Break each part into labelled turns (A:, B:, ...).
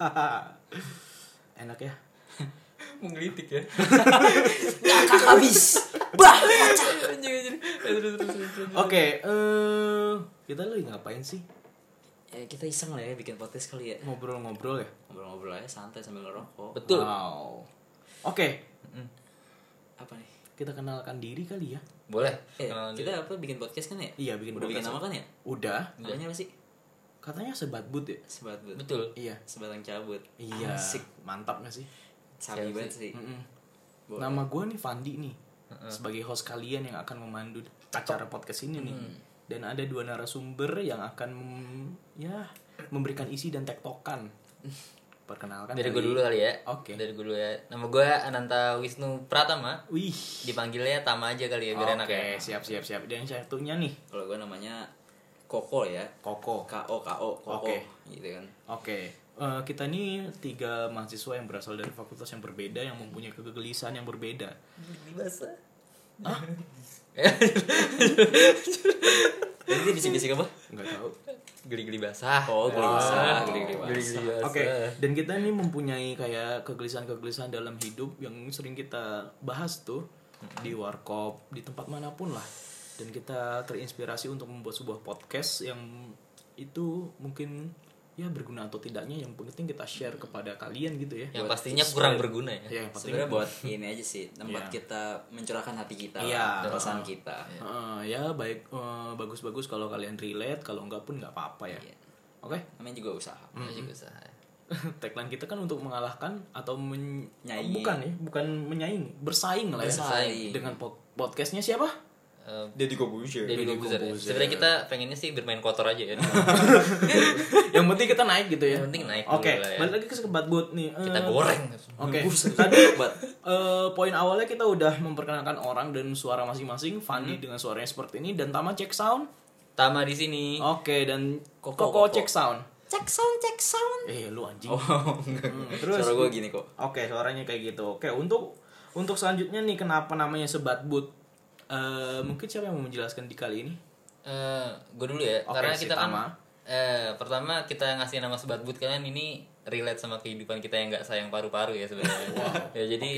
A: Enak ya?
B: menggelitik ya
A: Kakak habis. Bah.
B: anjing anjing Eh, terus terus terus, terus.
A: Oke, eh kita lagi ngapain sih?
C: Eh, kita iseng lah ya bikin podcast kali ya.
A: Ngobrol-ngobrol ya?
C: Ngobrol-ngobrol aja santai sambil ngerokok. Nah,
B: betul
A: Wow. Oke,
C: Apa nih?
A: kita kenalkan diri kali ya.
B: boleh
C: Eh,
B: Kenalan
C: kita
B: dulu.
C: apa bikin podcast kan ya?
A: Iya, bikin
C: Udah bikin
A: podcast.
C: nama kan ya?
A: Udah,
C: Namanya apa sih?
A: katanya sebat but ya?
C: Sebat but.
B: Iya. betul
A: Iya.
C: Sebatang cabut.
A: Iya.
C: Asik.
A: Mantap gak sih?
C: Sabi
B: Siap
C: banget sih.
A: Mm-mm.
C: Boleh.
A: Nama gue nih Fandi nih. Sebagai host kalian yang akan memandu acara podcast ini nih. Dan ada dua narasumber yang akan mem- ya memberikan isi dan tektokan. Perkenalkan
B: dari
A: kali.
B: gue dulu kali ya
A: Oke.
B: dari gue dulu ya nama gue Ananta Wisnu Pratama
A: Wih.
B: dipanggilnya Tama aja kali ya biar enak
A: Oke,
B: ya
A: siap siap siap. Dan yang satunya nih,
C: Kalau gua namanya Koko ya.
A: Koko.
C: KO KO Koko
A: Oke.
C: gitu kan.
A: Oke, eh, kita ini tiga mahasiswa yang berasal dari fakultas yang berbeda yang mempunyai kegelisahan yang berbeda.
B: bahasa
C: Ah. Jadi dia bisik-bisik apa?
A: Nggak tahu.
B: geli-geli basah
C: Oh, geli basah,
B: geli-geli
C: geli-geli
B: basah
C: basah.
A: Oke, dan kita ini mempunyai kayak kegelisahan-kegelisahan dalam hidup yang sering kita bahas tuh di warkop, di tempat manapun lah. Dan kita terinspirasi untuk membuat sebuah podcast yang itu mungkin ya berguna atau tidaknya yang penting kita share kepada kalian gitu ya.
B: yang pastinya kurang berguna ya
A: Ya, yang penting
C: Sebenarnya buat ini aja sih tempat
A: Iya.
C: kita mencurahkan hati kita,
A: Iya.
C: lah, perasaan kita.
A: Heeh, ya baik eh, bagus-bagus kalau kalian relate, kalau enggak pun nggak apa-apa ya.
C: Iya.
A: Oke.
C: Namanya juga usaha.
B: Namanya juga usaha
A: Tagline kita kan untuk mengalahkan atau men-
C: Nyaingi.
A: bukan ya, bukan menyaingi, bersaing lah ya.
C: Bersaing.
A: Dengan pod- podcastnya siapa?
B: Eh,
C: Jadi Kobusier.
B: dari gue besar ya.
A: Corbuzier.
B: sebenarnya kita pengennya sih bermain kotor aja ya
A: yang penting kita naik gitu ya.
B: Yang penting naik
A: Oke,
B: dulu lah ya.
A: balik lagi ke sebat buat nih. Eh,
B: kita goreng
A: Oke,
C: Buset.
A: tadi eh, poin awalnya kita udah memperkenalkan orang dan suara masing-masing.
B: Hmm.
A: Fandi dengan suaranya seperti ini dan Tama cek sound.
B: Tama di sini
A: Oke, dan Koko,
C: Koko, Koko.
A: cek sound.
C: Cek sound, cek sound.
A: Eh, lu anjing. Hmm.
C: Oh,
A: terus?
C: terus suara gue gini kok.
A: Oke, suaranya kayak gitu. Oke, untuk untuk selanjutnya nih kenapa namanya sebat but? Eh, mungkin siapa yang mau menjelaskan di kali ini?
B: Eh, gue dulu ya
A: Oke,
B: karena
A: si
B: kita kan
A: Tama.
B: eh, pertama kita ngasih nama sebat but kalian ini relate sama kehidupan kita yang nggak sayang paru-paru ya sebenarnya ya jadi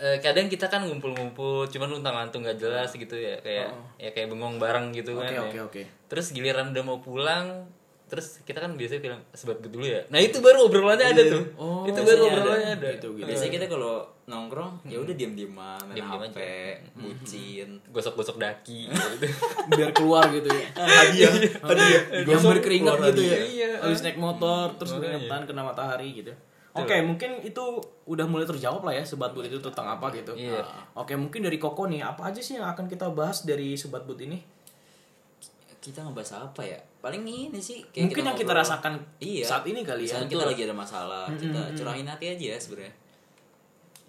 B: eh, kadang kita kan ngumpul-ngumpul cuman luntang-lantung nggak jelas gitu ya kayak ya kayak bengong bareng gitu
A: Oh. Oke,
B: kan
C: Iya.
B: ya.
A: oke, oke.
B: terus giliran udah mau pulang terus kita kan biasanya bilang sebat but dulu ya nah itu baru obrolannya ada tuh
A: Oh,
B: itu
A: biasanya
B: baru
A: ada.
B: obrolannya ada,
A: Gitu, gitu. Hmm.
C: Biasanya kita kalau nongkrong ya udah diam-diaman, main
B: Diam-diam
C: HP, bucin.
B: gosok-gosok daki gitu.
A: Biar keluar gitu ya.
C: Hadiah, hadiah.
A: yang berkeringat gitu ya.
B: Iya.
A: Habis naik motor terus keringetan kena matahari gitu. Oke, mungkin itu udah mulai terjawab lah ya sebat but itu tentang apa gitu.
B: Iya.
A: Ah. Oke, mungkin dari Koko nih apa aja sih yang akan kita bahas dari sebat but ini?
C: Kita ngebahas apa ya? Paling ini sih
A: mungkin yang kita
C: ngobrol.
A: rasakan
C: Iya.
A: saat ini kali ya.
C: Misalnya kita lagi ada masalah, kita curahin hati aja ya sebenarnya.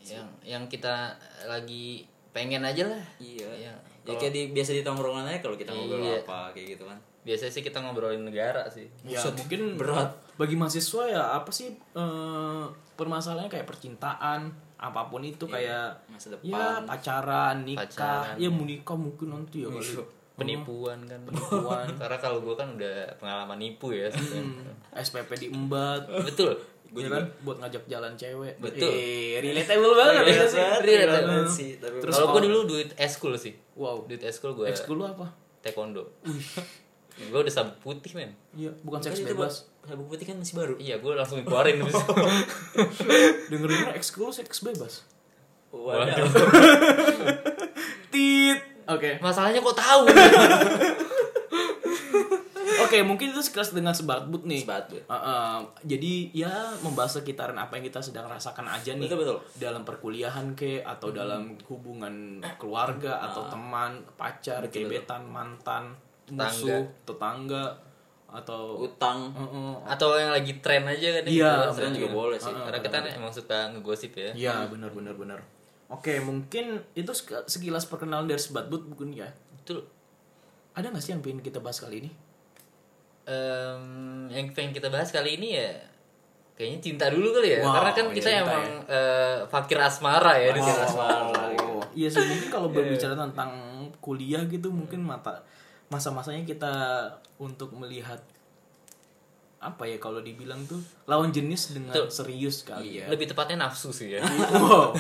B: yang yang kita lagi pengen aja lah
C: Iya.
B: Iya.
C: Ya kayak di, biasa di tongkrongan aja kalau kita ngobrol
B: Iya.
C: apa kayak gitu kan.
B: biasanya sih kita ngobrolin negara sih
A: Ya,
C: Buset,
A: mungkin
C: berat.
A: bagi mahasiswa ya apa sih eh, permasalahannya kayak percintaan apapun itu kayak
C: Masa
A: ya
C: depan.
A: pacaran nikah
B: Pacaran.
A: ya mau nikah mungkin nanti ya kali
B: penipuan kan
A: Penipuan. Hmm.
B: karena kalau gue kan udah pengalaman nipu ya sebenarnya.
A: SPP diembat
B: betul
A: gue juga buat ngajak jalan cewek
B: Betul.
A: eh, relatable banget ya sih
B: Relate
C: relate
B: banget.
C: sih, tapi
A: Terus
B: kalau
A: kalau- Oh.
B: gue dulu duit eskul sih
A: wow
B: duit eskul gue
A: ekskul lu apa
B: taekwondo gue udah sabuk putih men
A: iya bukan seks
C: Kan itu
A: bebas
C: Sabu putih kan masih baru.
B: iya gue langsung dikeluarin habis itu.
A: dengerin ekskul seks bebas
C: Waduh.
A: tit oke
B: masalahnya kok tahu
A: Oke, mungkin itu sekelas dengan sebat but nih.
C: Sebat but.
A: Uh, uh, jadi ya membahas sekitaran apa yang kita sedang rasakan aja nih.
C: Betul, Hmm. betul.
A: Dalam perkuliahan ke atau dalam hubungan keluarga atau
C: Ah.
A: teman, pacar, gebetan, mantan, musuh, tetangga atau
C: Utang.
A: Uh, uh,
B: atau yang lagi tren aja kan
A: Iya,
B: gitu.
C: Sekarang juga boleh sih.
B: karena kita kan emang suka ngegosip ya
C: Hmm.
A: Iya, benar benar benar. Oke, mungkin itu sek- sekilas perkenalan dari sebat but mungkin ya.
B: betul
A: Ada nggak sih yang pengen kita bahas kali ini?
B: Em, yang pengen kita bahas kali ini ya kayaknya cinta dulu kali ya
A: Wow,
B: karena kan kita
A: cinta
B: emang eh, fakir asmara ya di sini
A: Wow. Iya sih mungkin kalau berbicara tentang kuliah gitu mungkin mata masa-masanya kita untuk melihat apa ya kalau dibilang tuh lawan jenis dengan
B: Tuh. Iya.
A: serius kali ya.
B: Lebih tepatnya nafsu sih ya.
A: Wow.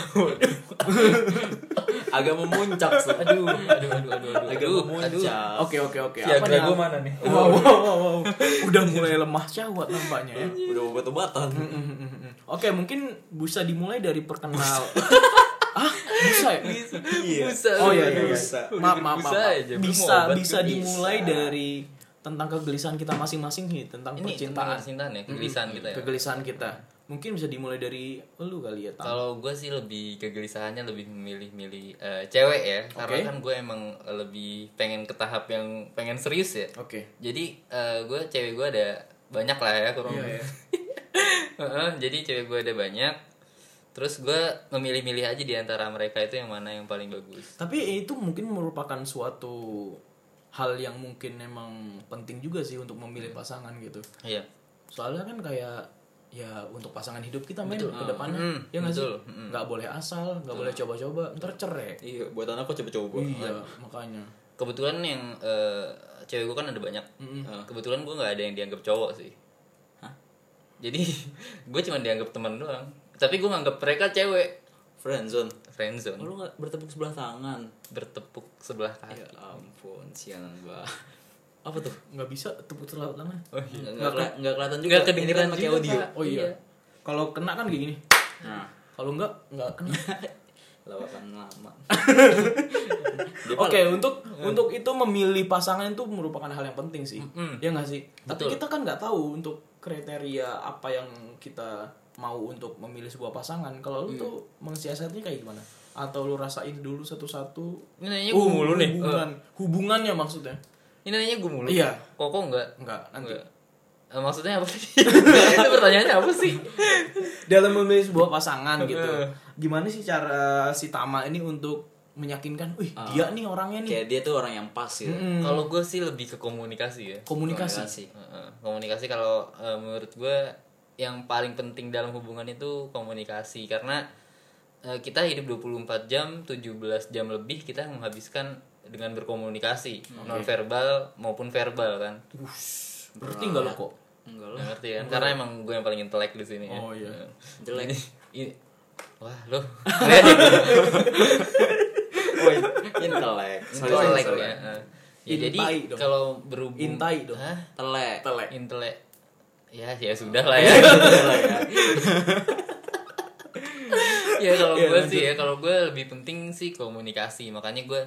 C: agak memuncak sih.
B: aduh, aduh, aduh, aduh, aduh.
C: agak
B: aduh,
C: memuncak.
A: Oke oke oke.
C: Iya,
B: Viagra
A: Apa Iya, nih?
B: gua mana nih?
A: Wow, wow, wow, wow. Udah mulai lemah syahwat nampaknya ya.
C: Udah obat-obatan.
A: Oke, mungkin bisa dimulai dari perkenal. ah, bisa ya?
C: Iya.
B: Busa,
A: Oh iya iya.
B: aduh.
A: iya.
C: Bisa.
A: Maaf maaf maaf.
B: Bisa
A: maaf.
B: aja, belum
A: Bisa
B: obat
A: bisa
B: juga
A: dimulai
C: bisa.
A: dari tentang kegelisahan kita masing-masing nih, tentang
B: Ini
A: percintaan. Hmm,
B: percintaan ya, kegelisahan kita ya.
A: Kegelisahan kita. Mungkin bisa dimulai dari lu kali ya, Tam.
B: Kalau gue sih lebih kegelisahannya lebih memilih-milih eh, cewek ya, karena
A: Oke.
B: kan gue emang lebih pengen ke tahap yang pengen serius ya.
A: Oke.
B: Jadi eh, gue cewek gue ada banyak lah ya kurang.
A: Iya, iya.
B: Heeh, Jadi cewek gue ada banyak. Terus gue memilih-milih aja di antara mereka itu yang mana yang paling bagus.
A: Tapi itu mungkin merupakan suatu hal yang mungkin emang penting juga sih untuk memilih
B: Hmm.
A: pasangan gitu.
B: Iya.
A: soalnya kan kayak ya untuk pasangan hidup kita main ke depannya
B: Mm,
A: ya nggak sih
B: betul, mm.
A: nggak boleh asal nggak boleh coba-coba ntar cerai
C: Iya, buat anakku coba-coba.
A: iya makanya
B: Kebetulan yang eh, cewek gue kan ada banyak. Kebetulan gue nggak ada yang dianggap cowok sih.
C: Hah?
B: Jadi gue cuma dianggap teman doang. Tapi gue nganggap mereka cewek.
C: Friendzone.
B: Friendzone.
C: Oh, lu gak bertepuk sebelah tangan?
B: bertepuk sebelah kaki.
C: Ya ampun, sialan banget. Apa tuh?
A: nggak bisa tepuk sebelah tangan
B: Oh
C: Nggak,
B: iya.
C: nggak, kela- nggak kelihatan juga.
B: Nggak kedengeran
C: Ini kan pakai
B: juga,
C: audio.
B: Pak.
A: oh iya,
B: Iya.
A: kalau kena kan kayak gini
C: Nah,
A: kalau nggak nggak kena
C: lawakan lama.
A: oke untuk
C: Iya.
A: untuk itu memilih pasangan itu merupakan hal yang penting sih ya nggak sih tapi
B: Betul.
A: kita kan nggak tahu untuk kriteria apa yang kita mau untuk memilih sebuah pasangan kalau lu
C: Iya.
A: tuh mensiasatnya kayak gimana atau lu rasain dulu satu-satu Uh,
B: Ini nanya gue mulu nih.
C: Uh.
A: Hubungan, hubungannya maksudnya.
B: Eh, Ini nanya gue mulu.
A: Iya.
B: Koko enggak?
A: Enggak, nanti.
B: Enggak. Eh, maksudnya apa sih? Itu pertanyaannya apa sih?
A: Dalam memilih sebuah pasangan gitu. Gimana sih cara si Tama ini untuk meyakinkan, "Wih,
C: Ah,
A: dia nih orangnya nih."
C: Kayak dia tuh orang yang pas gitu.
A: Mm,
B: Kalau gue sih lebih ke komunikasi ya.
A: komunikasi.
B: Heeh. Komunikasi kalau eh, menurut gue yang paling penting dalam hubungan itu komunikasi karena eh, kita hidup 24 jam, 17 jam lebih kita menghabiskan dengan berkomunikasi non verbal maupun verbal kan.
A: Berarti enggak lo kok.
C: Enggak lah.
B: Nggak ngerti kan? Karena emang gue yang paling intelek di sini. ya.
A: Oh, iya.
B: Heeh.
C: Jelek.
B: Ini- ini- Wah, lo.
C: Oh, intelek. Sorry, sorry,
B: intelek
C: sorry.
B: ya. Heeh. Ya jadi
A: Intai dong.
B: kalau berhubung
A: Intai dong.
B: Hah?
C: Telek.
A: Telek.
B: Intelek. Ya, ya sudah lah ya.
C: Telek ya.
B: ya kalau
A: Iya,
B: gue sih ya kalau gue lebih penting sih komunikasi. Makanya gue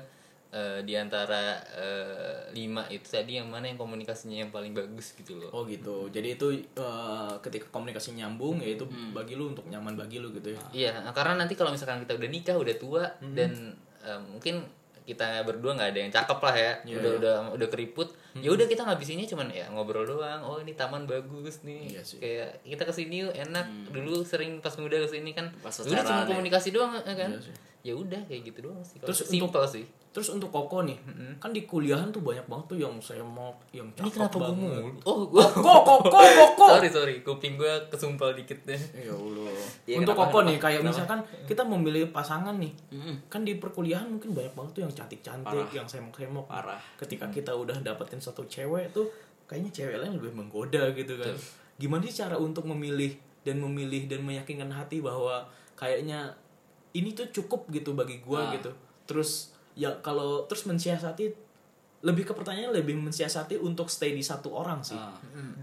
B: eh, di antara eh, lima itu tadi yang mana yang komunikasinya yang paling bagus gitu loh.
A: Oh gitu. Jadi itu eh, ketika komunikasi nyambung yaitu bagi lu untuk nyaman bagi lu gitu ya.
B: Iya, Hmm. nah, karena nanti kalau misalkan kita udah nikah, udah tua
A: Hmm.
B: dan eh, mungkin kita berdua nggak ada yang cakep lah ya,
A: Iya,
B: udah udah udah keriput.
A: Hmm.
B: Ya udah kita ngabisinnya cuman ya ngobrol doang. Oh, ini taman bagus nih.
A: Iya sih. Hmm.
B: Kayak kita kesini yuk enak. Dulu sering pas muda kesini kan.
C: Pas
B: Ya udah cuma
C: pacaran ya.
B: komunikasi doang eh, kan.
A: iya. sih.
B: Ya udah kayak gitu doang sih. Terus
A: Terus untuk-
B: simpel sih.
A: Terus untuk Koko nih, kan di kuliahan tuh banyak banget tuh yang semok, yang cakep
B: Ini kenapa gue
A: banget.
B: mulu? Oh, gua
A: Koko, Koko, Koko.
B: sorry sorry, kuping gue kesumpal dikit deh.
A: Ya Allah.
C: Iya,
A: Untuk
C: kenapa,
A: Koko nih kayak misalkan kita memilih pasangan nih. Kan di perkuliahan mungkin banyak banget tuh yang cantik-cantik, yang semok-semok.
C: Parah.
A: Ketika kita udah dapetin satu cewek tuh kayaknya cewek lain lebih menggoda gitu kan. Gimana sih cara untuk memilih dan memilih dan meyakinkan hati bahwa kayaknya ini tuh cukup gitu bagi gua
C: Ah.
A: gitu. Terus ya kalau terus mensiasati lebih ke pertanyaan lebih mensiasati untuk stay di satu orang sih
C: Ah.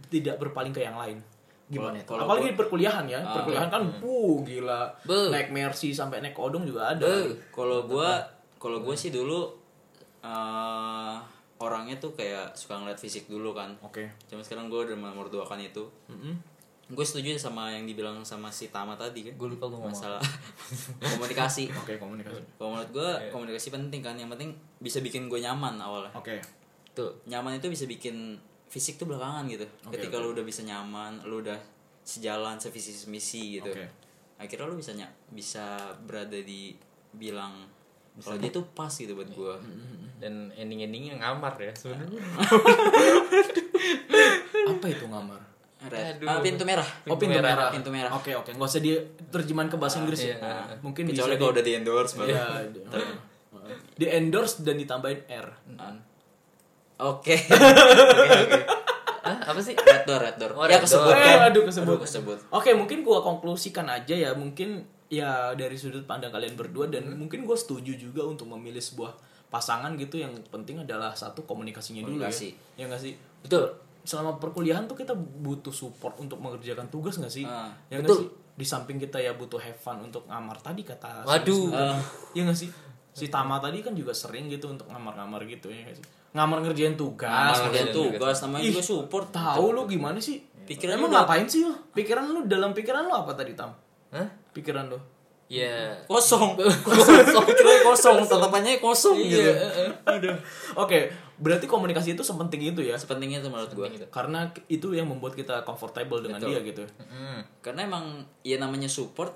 A: tidak berpaling ke yang lain gimana itu
C: Kalau- Ah, hmm. kalau
A: apalagi di perkuliahan ya perkuliahan kan wuh gila
B: Beuh.
A: naik mercy sampai naik odong juga ada
C: Kalau gua kalau gua sih dulu eh, orangnya tuh kayak suka ngeliat fisik dulu kan.
A: oke
C: Cuma sekarang gua udah memorduakan itu. Gue setuju sama yang dibilang sama si Tama tadi kan.
B: Gue lupa gue masalah.
C: Masalah komunikasi.
A: oke komunikasi
C: Kalau menurut gue komunikasi penting kan, yang penting bisa bikin gue nyaman awalnya.
A: oke
B: Tuh.
C: Nyaman itu bisa bikin fisik tuh belakangan gitu. Ketika lu udah bisa nyaman, lu udah sejalan, sevisi, semisi gitu.
A: Oke.
C: Akhirnya lu bisa ny- bisa berada di bilang kalau dia tuh pas gitu buat gue.
B: Dan ending-endingnya ngamar ya sebenarnya.
A: apa itu ngamar
C: Red.
B: Aduh.
C: Ah, pintu merah.
A: oh pintu merah.
C: Pintu merah.
A: Oke oke, nggak usah diterjemahan ke bahasa Inggris ya.
B: iya.
A: Nah, Mungkin bisa
C: Kecuali kalau udah di endorse Ah. baru.
A: Iya, di, di endorse dan ditambahin R.
C: Oke.
B: Hah, apa sih?
C: Red door, red door.
B: Oh,
C: ya
B: red
C: kesebut
B: door.
C: kan?
A: Eh, aduh, kesebut.
C: kesebut.
A: Oke, mungkin gua konklusikan aja ya, mungkin ya dari sudut pandang kalian berdua dan
C: Hmm.
A: mungkin gue setuju juga untuk memilih sebuah pasangan gitu yang penting adalah satu komunikasinya
C: Komunikasi.
A: dulu ya. Ya nggak sih? Betul. Selama perkuliahan tuh kita butuh support untuk mengerjakan tugas nggak sih?
C: Ah,
A: ya nggak
B: betul.
A: sih? Di samping kita ya butuh have fun untuk ngamar tadi kata si
B: Waduh.
A: Wisnu. Iya nggak sih? Si Tama tadi kan juga sering gitu untuk ngamar-ngamar gitu ya nggak sih? Ngamar ngerjain tugas.
C: Sama
B: Ngamar
C: kerjaan
B: ngerjain
C: tugas, namanya
A: Ah, Ih,
C: juga support.
A: Tahu lu gimana sih?
C: Pikiran
A: Emang
C: lu udah-
A: ngapain sih lu? Pikiran lu dalam pikiran lu apa tadi Tam?
B: Hah?
A: Pikiran lu.
B: Ya.
C: Kosong. Kosong. Pikirannya kosong. Tatapannya kosong
A: Iya.
C: gitu.
A: Oke, berarti komunikasi itu sepenting itu ya.
C: Sepentingnya itu menurut gue.
A: Karena itu yang membuat kita comfortable dengan dia gitu.
B: Hmm.
C: Karena emang ya namanya support.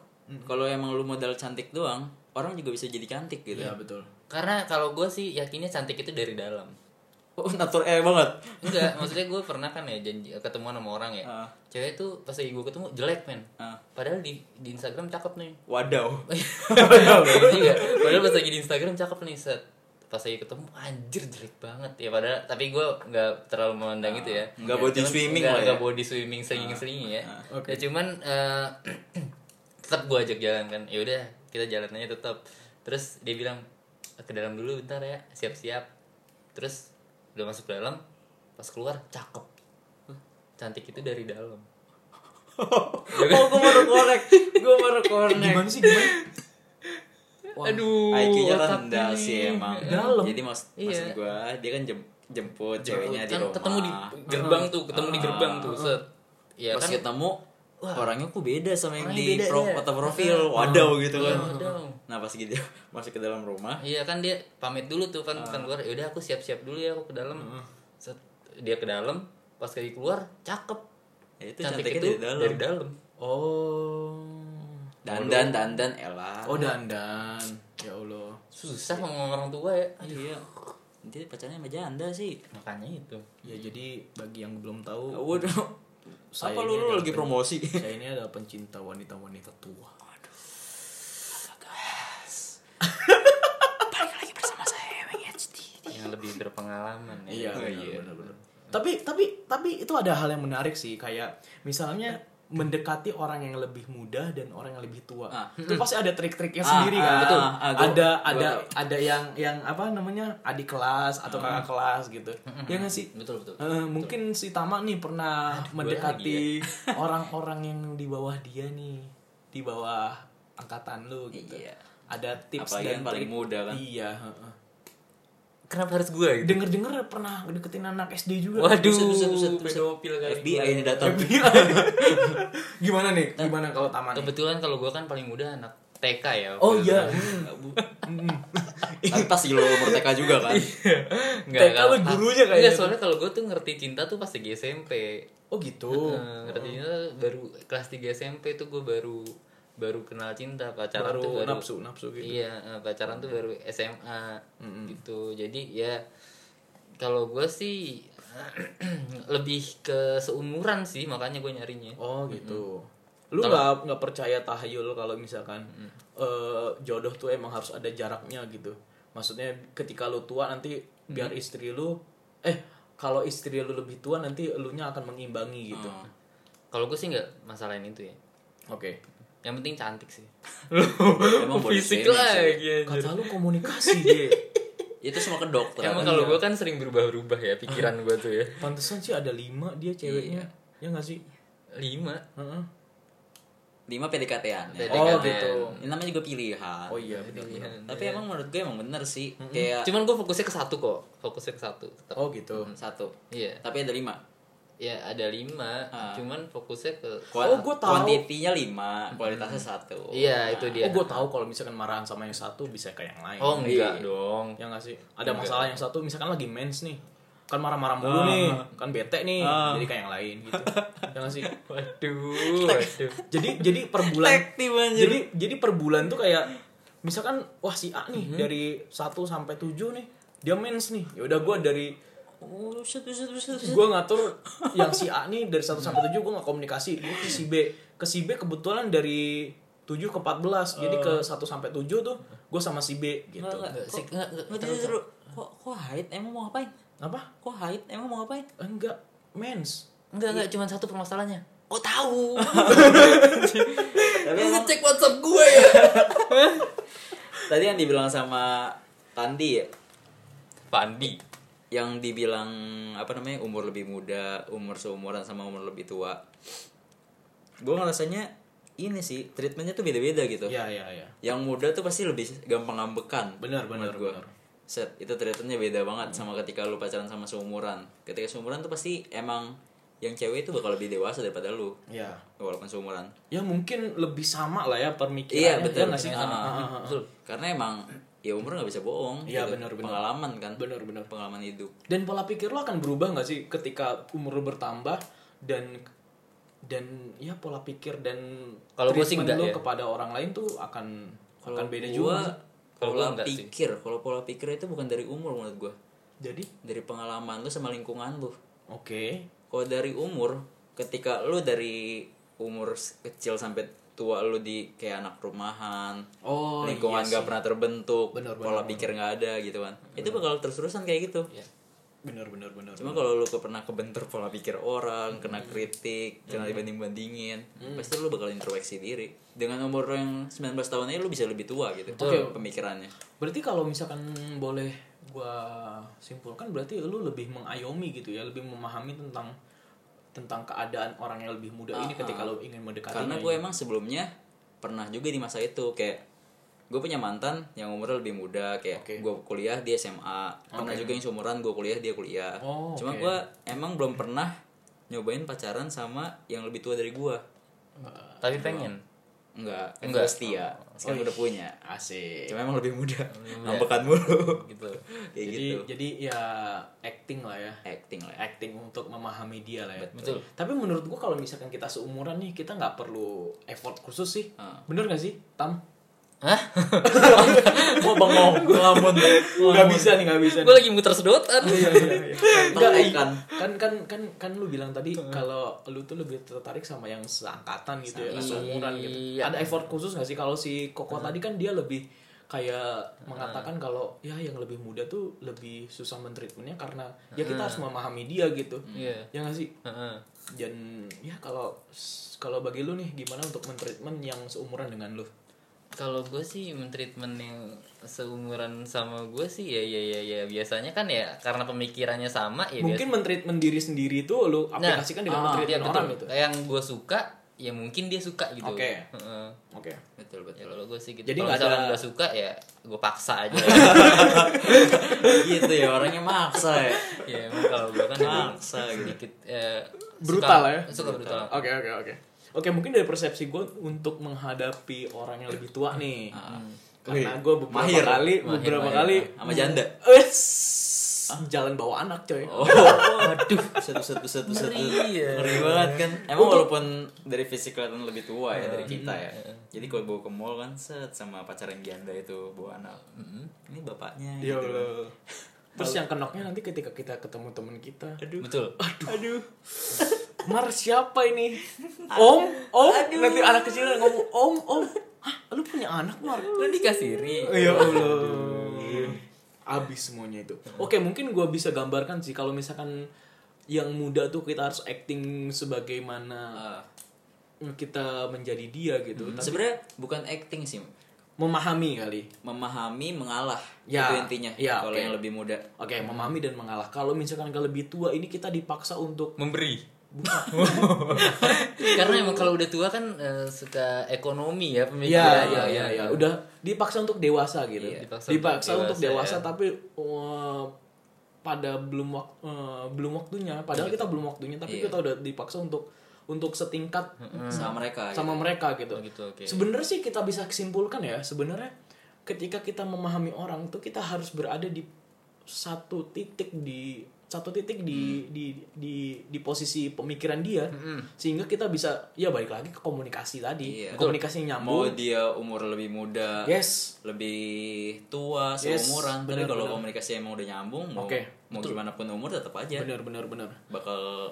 C: Kalau emang lu modal cantik doang, orang juga bisa jadi cantik gitu.
A: Iya, betul.
B: Karena kalau gue sih yakinnya cantik itu dari dalam.
C: Oh, natur eh banget.
B: Enggak, maksudnya gue pernah kan ya janji ketemuan sama orang ya.
C: Ah.
B: Cewek itu pas lagi gue ketemu jelek men.
C: Ah.
B: Padahal di di Instagram cakep nih.
C: Wadaw.
B: Kayak gitu ya. Padahal pas lagi di Instagram cakep nih set. Pas lagi ketemu anjir jelek banget ya padahal tapi gue nggak terlalu memandang itu ya.
C: Nggak
B: Ya,
C: body
B: cuman
C: swimming
B: nggak-
C: lah ya. Ah,
B: nggak body swimming slinging-slinging ya.
A: oke.
B: Ya cuman eh, tetap gue ajak jalan kan. Ya udah kita jalan aja tetap. Terus dia bilang ke dalam dulu bentar ya siap-siap. Terus udah masuk ke dalam pas keluar cakep cantik itu dari dalam Ya kan?
C: Oh, gue baru korek. Gue baru korek.
A: Gimana sih gimana?
B: aduh
C: IQ-nya
B: otak
C: rendah
B: ini.
C: sih emang.
A: Dalam.
C: Jadi mas maksud
B: Iya.
C: gua, dia kan jem- jemput ceweknya di
B: kan
C: rumah.
B: ketemu di gerbang tuh ketemu di gerbang tuh set ya
C: Pas
B: kan
C: ketemu orangnya kok beda sama yang
B: Orangnya
C: di
B: beda,
C: pro,
B: iya.
C: foto profil. Wadaw gitu kan.
B: Wadaw.
C: Nah, pas gitu masuk ke dalam rumah.
B: iya kan dia pamit dulu tuh kan kan keluar yaudah aku siap siap dulu ya aku ke dalam set dia ke dalam pas lagi keluar cakep
C: Ya itu
B: cantik
C: cantiknya
B: itu
C: dari dalam.
B: dari dalam
A: Oh.
C: Dandan, dandan, elah.
A: Oh dandan. Ya Allah.
B: susah ngomong orang tua ya
C: iya. Dia pacarnya sama janda sih.
B: makanya itu
A: Ya jadi bagi yang belum tahu,
C: Waduh.
A: Saya
C: Ya Apa
A: ini
C: lu, lu
A: adalah
C: lagi
A: pen-
C: promosi?
A: saya ini adalah pencinta wanita-wanita tua.
C: Balik lagi bersama saya, MHD.
B: yang lebih berpengalaman ya
A: Iya,
C: Oh,
A: benar,
C: iya.
A: benar, benar. Tapi tapi tapi itu ada hal yang menarik sih kayak misalnya mendekati orang yang lebih muda dan orang yang lebih tua.
C: Ah.
A: Itu pasti ada trik-triknya
C: Ah,
A: sendiri
C: ah,
A: kan.
C: betul. Ah, gua-
A: ada
C: gua
A: ada
C: tahu.
A: ada yang yang apa namanya? adik kelas atau
C: Ah.
A: kakak kelas gitu. Ya nggak sih?
B: betul betul
A: Eh, mungkin si Tama nih pernah mendekati
C: ya.
B: lagi
A: orang-orang yang di bawah dia nih, di bawah angkatan lu gitu.
C: Iya.
A: Ada tips
C: Apalagi
A: dan
C: yang paling
A: trik.
C: muda kan.
A: Iya, heeh.
B: kenapa harus gue gitu
A: Denger-denger pernah deketin anak SD juga.
B: waduh
C: Buset, buset, buset, buset.
B: pedofil kali
C: FBI
B: gua.
C: ini datang.
A: gimana nih? Gimana kalau taman?
B: Kebetulan kalau gue kan paling muda anak TK ya. waktu
A: Oh
B: itu.
A: iya. Hmm.
C: Tapi pasti lo merdeka juga kan.
B: Nggak,
A: TK lu
B: kalau-
A: gurunya kayaknya
B: Nggak,
A: tuh.
B: soalnya kalau gue tuh ngerti cinta tuh pas lagi SMP.
A: Oh gitu.
B: Eh, ngerti cinta baru kelas 3 SMP tuh gue baru baru kenal cinta pacaran
A: Baru
B: tuh baru
A: nafsu, nafsu gitu.
B: Iya, eh, pacaran tuh baru SMA gitu. Jadi ya kalau gue sih lebih ke seumuran sih makanya gue nyarinya.
A: Oh gitu.
B: Hmm.
A: Lu nggak nggak percaya tahayul kalau misalkan eh, jodoh tuh emang harus ada jaraknya gitu. Maksudnya ketika lu tua nanti
B: Hmm.
A: biar istri lu eh kalau istri lu lebih tua nanti elunya akan mengimbangi gitu.
B: Hmm. Kalau gue sih nggak masalahin itu ya.
A: Oke.
B: Yang penting cantik sih.
A: Oh,
C: Emang body
B: Fisik iya.
C: shaming sih.
B: lagi anjir.
A: Kata lu komunikasi dia.
C: Itu semua ke dokter.
B: Emang
A: iya.
B: kalau gue kan sering berubah-ubah ya pikiran gue tuh ya.
A: Pantesan sih ada lima dia ceweknya. Ya nggak sih?
B: Lima.
A: Heeh.
C: lima PDKT-an. ya.
A: Oh
B: PDKT.
A: gitu.
C: Ini namanya juga pilihan.
A: Oh iya benar.
C: Tapi emang menurut gue emang bener sih. Kayak
B: Cuman gue fokusnya ke satu kok. Fokusnya ke satu. tetap.
A: Oh gitu.
C: satu.
B: Iya.
C: Tapi ada lima.
B: Ya ada lima.
C: Ah.
B: Cuman fokusnya ke.
A: Oh, gua tahu.
C: Kuantitinya lima, kualitasnya satu.
B: Iya itu dia.
A: Oh gue tahu kalau misalkan marahan sama yang satu bisa ke yang lain.
B: Oh, enggak
C: Iya.
B: dong.
A: Ya nggak sih? Ada masalah yang satu misalkan lagi mens nih. Kan marah-marah mulu nih, kan bete nih, jadi kayak yang lain gitu. ya nggak sih?
B: Waduh. Waduh.
A: Jadi jadi per bulan
C: Detektif, anjir.
A: Jadi jadi per bulan tuh kayak misalkan wah si A nih dari 1 sampai 7 nih, dia mens nih. Ya udah gua dari
C: Oh, set, set, set, set.
A: gue ngatur yang si A nih dari 1 sampai 7 gue nggak komunikasi gue ke si B ke si B kebetulan dari 7 ke 14 jadi ke 1 sampai 7 tuh gue sama si B gitu
C: Nggak, nggak,
B: Nggak, sih,
C: kok-
B: nggak, nggak,
C: nggak,
B: terus,
C: terus, terus. Kok, kok haid? Emang mau ngapain?
A: apa
C: Kok haid? Emang mau ngapain?
A: enggak mens
B: Enggak, enggak, cuma satu permasalahannya. Oh, tahu.
C: Tapi
B: Lu
C: emang
B: ngecek WhatsApp gue ya.
C: tadi yang dibilang sama Tandi ya,
B: Pandi.
C: yang dibilang apa namanya umur lebih muda, umur seumuran sama umur lebih tua. Gue ngerasanya ini sih treatmentnya tuh beda-beda gitu.
A: ya ya ya
C: yang muda tuh pasti lebih gampang ngambekan
A: Benar, benar,
C: menurut gua.
A: benar.
C: set itu treatmentnya beda banget sama ketika lu pacaran sama seumuran ketika seumuran tuh pasti emang yang cewek itu bakal lebih dewasa daripada lu
A: ya
C: walaupun seumuran
A: ya mungkin lebih sama lah ya permikirannya
C: iya betul
A: ya nggak sih?
C: Ah, ah, ah. karena emang ya umur nggak bisa bohong
A: Iya,
C: gitu.
A: benar, benar.
C: pengalaman kan
A: Benar, benar.
C: pengalaman hidup
A: dan pola pikir lo akan berubah nggak sih ketika umur lo bertambah dan dan ya pola pikir dan
B: Kalau gua sih
A: treatment
B: enggak
A: lo
B: ya.
A: kepada orang lain tuh akan akan beda
C: Gua,
A: juga
B: Kalau
C: pola
B: gua enggak sih.
C: pikir kalau pola pikir itu bukan dari umur menurut gua
A: jadi
C: dari pengalaman lu sama lingkungan lu
A: oke
C: kalau dari umur ketika lu dari umur s- kecil sampai tua lu di kayak anak rumahan
A: Oh,
C: lingkungan
A: iya
C: nggak pernah terbentuk
A: Bener,
C: pola pikir nggak ada gitu kan itu bakal terus terusan kayak gitu
A: benar benar benar
C: cuma kalau lu ke- pernah kebentur pola pikir orang kena kritik
A: Hmm.
C: kena dibanding bandingin pasti lu bakal introspeksi diri dengan umur yang 19 tahun aja lu bisa lebih tua gitu pemikirannya
A: berarti kalau misalkan boleh gua simpulkan berarti lu lebih mengayomi gitu ya lebih memahami tentang tentang keadaan orang yang lebih muda ini ketika lo ingin
C: karena
A: mendekatinya
C: gue emang sebelumnya pernah juga di masa itu kayak gue punya mantan yang umurnya lebih muda kayak gue kuliah di SMA pernah juga yang seumuran gue kuliah dia kuliah
A: Oh,
C: cuma
A: oke.
C: gue emang belum pernah nyobain pacaran sama yang lebih tua dari gue
B: Tapi pengen.
C: enggak kan
B: Enggak.
C: gue setia
A: Oh,
C: sekarang udah punya
A: asik
C: cuma emang lebih muda nampekan mulu
B: Gitu.
C: kayak
A: jadi
C: gitu
A: jadi ya acting lah ya
C: acting lah
A: acting untuk memahami dia lah ya.
B: Betul.
A: Tapi menurut gua kalau misalkan kita seumuran nih, kita nggak perlu effort khusus sih. Bener nggak sih, Tam?
B: Hah?
A: Gua bengong, gua ngelamun. Nggak bisa nih, nggak bisa.
B: gue lagi muter sedotan.
A: Enggak,
C: Tolong,
A: iya.
C: kan.
A: kan kan kan kan lu bilang tadi kalau lu tuh lebih tertarik sama yang seangkatan gitu ya, seumuran gitu.
B: Iya.
A: Ada effort khusus nggak sih kalau si Koko tadi kan dia lebih kayak mengatakan kalau ya yang lebih muda tuh lebih susah mentreatmentnya karena ya kita harus memahami dia gitu.
B: Iya.
A: Ya nggak sih?
B: Heeh.
A: dan ya kalau kalau bagi lu nih gimana untuk mentreatment yang seumuran dengan lu
B: Kalau gue sih mentreatment yang seumuran sama gue sih ya ya ya ya biasanya kan ya karena pemikirannya sama ya biasa-
A: mungkin mentreatment diri sendiri itu lu aplikasikan dengan
B: ah, iya,
A: mentreatment
B: betul.
A: orang gitu
B: Yang gue suka ya mungkin dia suka gitu.
A: Oke.
B: Heeh.
A: oke
C: betul betul
B: Ya kalau gue sih gitu.
A: Jadi
B: Jadi kalau
A: nggak ada-
B: misalkan nggak suka ya gue paksa aja.
C: gitu ya orangnya maksa ya
B: ya emang kalau gue kan emang
C: Maksa gitu.
B: sedikit eh,
A: Brutal
B: suka-
A: ya?
B: Suka brutal.
A: oke oke oke oke mungkin dari persepsi gue untuk menghadapi orang yang lebih tua nih
B: Ah.
A: karena
C: Wih,
A: gue beberapa
C: Oh iya. mahir.
A: kali
B: Mahir,
A: beberapa
B: mahir.
A: kali
C: sama janda
A: es jalan bawa anak coy
C: Oh, aduh, satu satu satu satu.
B: Ngeri ya.
C: Ngeri banget kan. Emang walaupun dari fisik kelihatan lebih tua ya dari kita ya. Jadi kalau bawa ke mall kan set sama pacar yang janda itu bawa anak. Ini bapaknya.
A: Ya
C: gitu.
A: Allah. terus yang kenoknya nanti ketika kita ketemu temen kita aduh
B: Betul.
A: Aduh. Mar siapa ini? Om, om. Nanti anak kecil ngomong om, om. Hah, lu punya anak Mar?
C: Kan
B: Lu dikasiri.
A: Ya Allah. Abis semuanya itu. Hmm. Oke, mungkin gua bisa gambarkan sih kalau misalkan yang muda tuh kita harus acting sebagaimana eh,
C: Ah,
A: kita menjadi dia gitu. Tapi
C: Sebenarnya bukan acting sih,
A: memahami kali.
C: memahami mengalah
A: Ya.
C: itu intinya.
A: Ya,
C: kalau
A: oke.
C: yang lebih muda.
A: Oke, memahami dan mengalah. Kalau misalkan kalau lebih tua ini kita dipaksa untuk
B: Memberi. Karena emang kalau udah tua kan eh, suka ekonomi
A: Iya,
B: ya pemikiran.
A: iya, iya, ya. Udah dipaksa untuk dewasa gitu.
B: Dipaksa
A: Dipaksa, untuk
B: untuk
A: dewasa,
B: dewasa,
A: ya. tapi uh, pada belum wak- uh, belum waktunya. Padahal kita belum waktunya, tapi kita udah dipaksa untuk untuk setingkat
C: Sama mereka.
A: sama mereka gitu.
B: Ah, Gitu, oke.
A: Sebenarnya sih kita bisa simpulkan ya, sebenarnya ketika kita memahami orang tuh kita harus berada di satu titik di satu titik
B: Hmm.
A: di di di di posisi pemikiran dia sehingga kita bisa ya balik lagi ke komunikasi tadi
C: Iya.
A: komunikasi yang
C: mau
A: nyambung
C: dia umur lebih muda
A: yes
C: lebih tua
A: Yes,
C: seumuran tapi
A: benar,
C: kalau
A: benar.
C: komunikasi emang udah nyambung mau
A: Oke,
C: mau gimana pun umur tetap
B: Ya.
C: aja
A: benar benar benar
C: bakal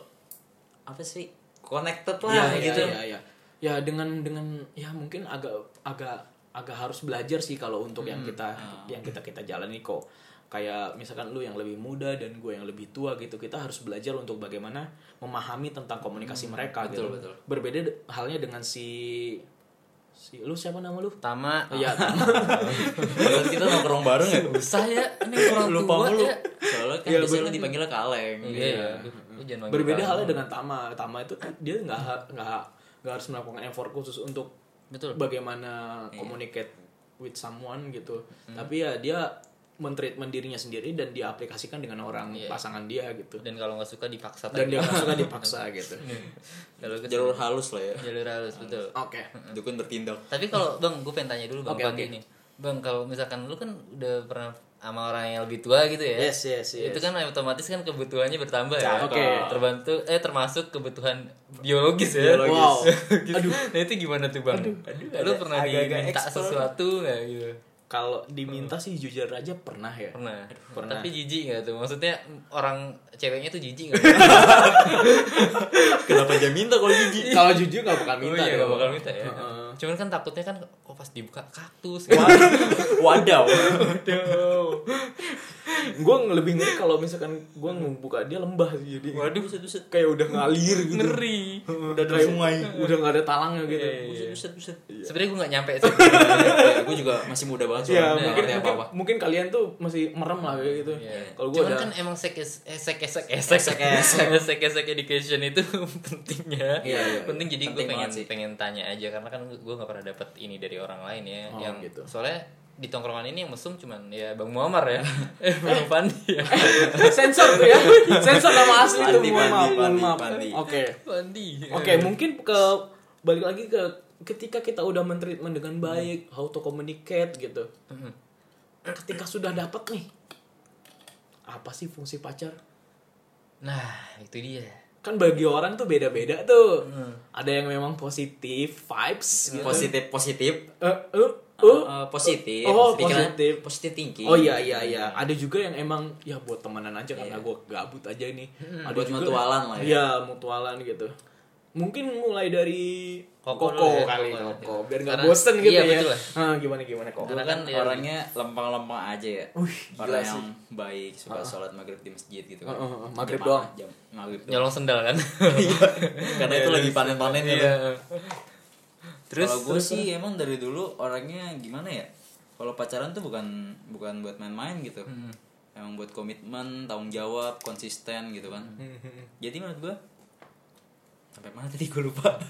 C: apa sih connected
A: ya,
C: lah gitu
A: ya, ya, ya. Ya, dengan dengan ya mungkin agak agak agak harus belajar sih kalau untuk yang
C: Hmm,
A: kita
C: ah.
A: yang kita kita jalani kok kayak misalkan lu yang lebih muda dan gue yang lebih tua gitu kita harus belajar untuk bagaimana memahami tentang komunikasi mereka
C: Hmm, betul,
A: gitu
C: betul.
A: berbeda de- halnya dengan si si lu siapa nama lu
B: Tama,
C: Ah.
A: Iya,
C: Padahal kita nongkrong bareng ya
B: usah ya, ini orang
C: lupa
B: tua
C: mulu
B: ya.
C: soalnya kan
A: Iya,
C: biasanya lu dipanggilnya kaleng
B: Iya, iya. Lu jangan manggil
A: berbeda
B: Tama.
A: halnya dengan tama tama itu kan dia nggak ha- nggak nggak harus melakukan effort khusus untuk
B: Betul. Iya.
A: bagaimana communicate with someone gitu
B: Hmm.
A: tapi ya dia mentreatment dirinya sendiri dan diaplikasikan dengan orang
B: Iya.
A: pasangan dia gitu
B: Dan kalau nggak suka dipaksa
A: dan
B: tadi.
A: dia nggak suka dipaksa gitu
B: Iya. Kalau ke
C: jalur halus lah ya
B: jalur halus betul.
A: oke
C: dukun bertindak
B: Tapi kalau Bang, gue pengen tanya dulu Bang
A: Oke,
B: Pandi
A: oke.
B: nih. Bang, kalau misalkan lu kan udah pernah sama orang yang lebih tua gitu ya.
A: yes yes yes
B: Itu kan otomatis kan kebutuhannya bertambah ya.
A: Cakep. Oke.
B: Terbantu eh termasuk kebutuhan biologis ya.
A: wow
B: Aduh. Nah itu gimana tuh Bang? lu
C: ada-
B: pernah
C: agak-agak
B: diminta
C: eksplor.
B: sesuatu nggak gitu?
A: kalau diminta sih jujur aja pernah ya
B: Pernah.
A: pernah.
B: Tapi jijik nggak tuh? Maksudnya orang ceweknya tuh jijik nggak?
C: kenapa dia minta kalau gigi
A: kalau jujur nggak bakal
B: Oh
A: minta
B: iya,
A: dong.
B: gak bakal minta ya.
A: Heeh.
B: Cuman kan takutnya kan kok pas dibuka kaktus.
C: wadaw
B: Waduh.
A: gue lebih ngeri kalau misalkan gue ngebuka dia lembah sih jadi
B: Waduh,
A: kayak udah ngalir gitu
B: ngeri.
A: udah ada sungai udah nggak ada talangnya gitu
C: buset buset Iya,
B: Sebenarnya gue gak nyampe sih.
C: ya, gue juga masih muda banget
A: ya
C: soalnya nggak
A: mungkin,
C: ngerti
A: mungkin,
C: apa apa
A: mungkin kalian tuh masih merem lah kayak gitu
C: Iya.
A: kalau gue
B: Cuman
A: ada
B: kan emang sek esek esek esek esek esek esek education itu penting ya.
C: Iya, iya.
B: Penting jadi gue
C: Penting
B: pengen
C: banget sih.
B: pengen tanya aja karena kan gue gak pernah dapet ini dari orang lain ya.
A: Oh,
B: yang
A: gitu.
B: soalnya di tongkrongan ini yang mesum cuman ya Bang Muammar ya. eh Bang Pandi ya.
A: sensor tuh ya sensor nama asli tuh
C: eh, Iya. Pandi,
A: mohon maaf
C: Pandi,
A: mohon
C: Pandi,
A: maaf
C: Pandi.
A: oke
C: Iya.
B: Pandi.
A: oke mungkin ke balik lagi ke ketika kita udah mentreatment dengan baik how to communicate gitu
C: Mhm.
A: ketika sudah dapat nih apa sih fungsi pacar
B: Nah, itu dia.
A: kan bagi orang tuh beda-beda tuh
C: Mhm.
A: ada yang memang positif vibes gitu
C: positif positif
A: Eh, eh, eh.
C: Eh, positif
A: Oh,
C: Pikirannya
A: positif.
C: positif thinking
A: Oh iya iya
B: gitu.
A: iya, ada juga yang emang ya buat temenan aja karena
B: Iya.
A: gue gabut aja ini.
B: Hmm,
A: Ada
C: Buat
A: juga-
C: mutualan lah ya.
A: Iya mutualan gitu. Mungkin mulai dari
B: Koko
A: koko,
B: dulu ya,
A: kali
B: Koko.
A: koko, biar nggak
B: Karena-
A: bosen gitu
B: iya,
A: ya.
B: betul lah.
A: Ah, gimana gimana koko.
B: Karena
C: Karena
B: kan
C: kan
B: dia-
C: orangnya lempeng-lempeng aja ya.
A: Wih,
C: Orang
A: gila Ah.
C: yang baik suka sholat maghrib di masjid gitu. kan.
A: Uh, uh, uh, maghrib
C: Jamaah,
A: doang.
C: Jam, maghrib doang.
B: nyolong sendal kan
C: Karena itu lagi panen-panen ya.
B: iya terus
C: Kalau gue sih emang dari dulu orangnya gimana ya? Kalau pacaran tuh bukan bukan buat main-main gitu.
B: Hmm.
C: Emang buat komitmen, tanggung jawab, konsisten gitu kan. Jadi menurut gue sampai mana tadi gue lupa.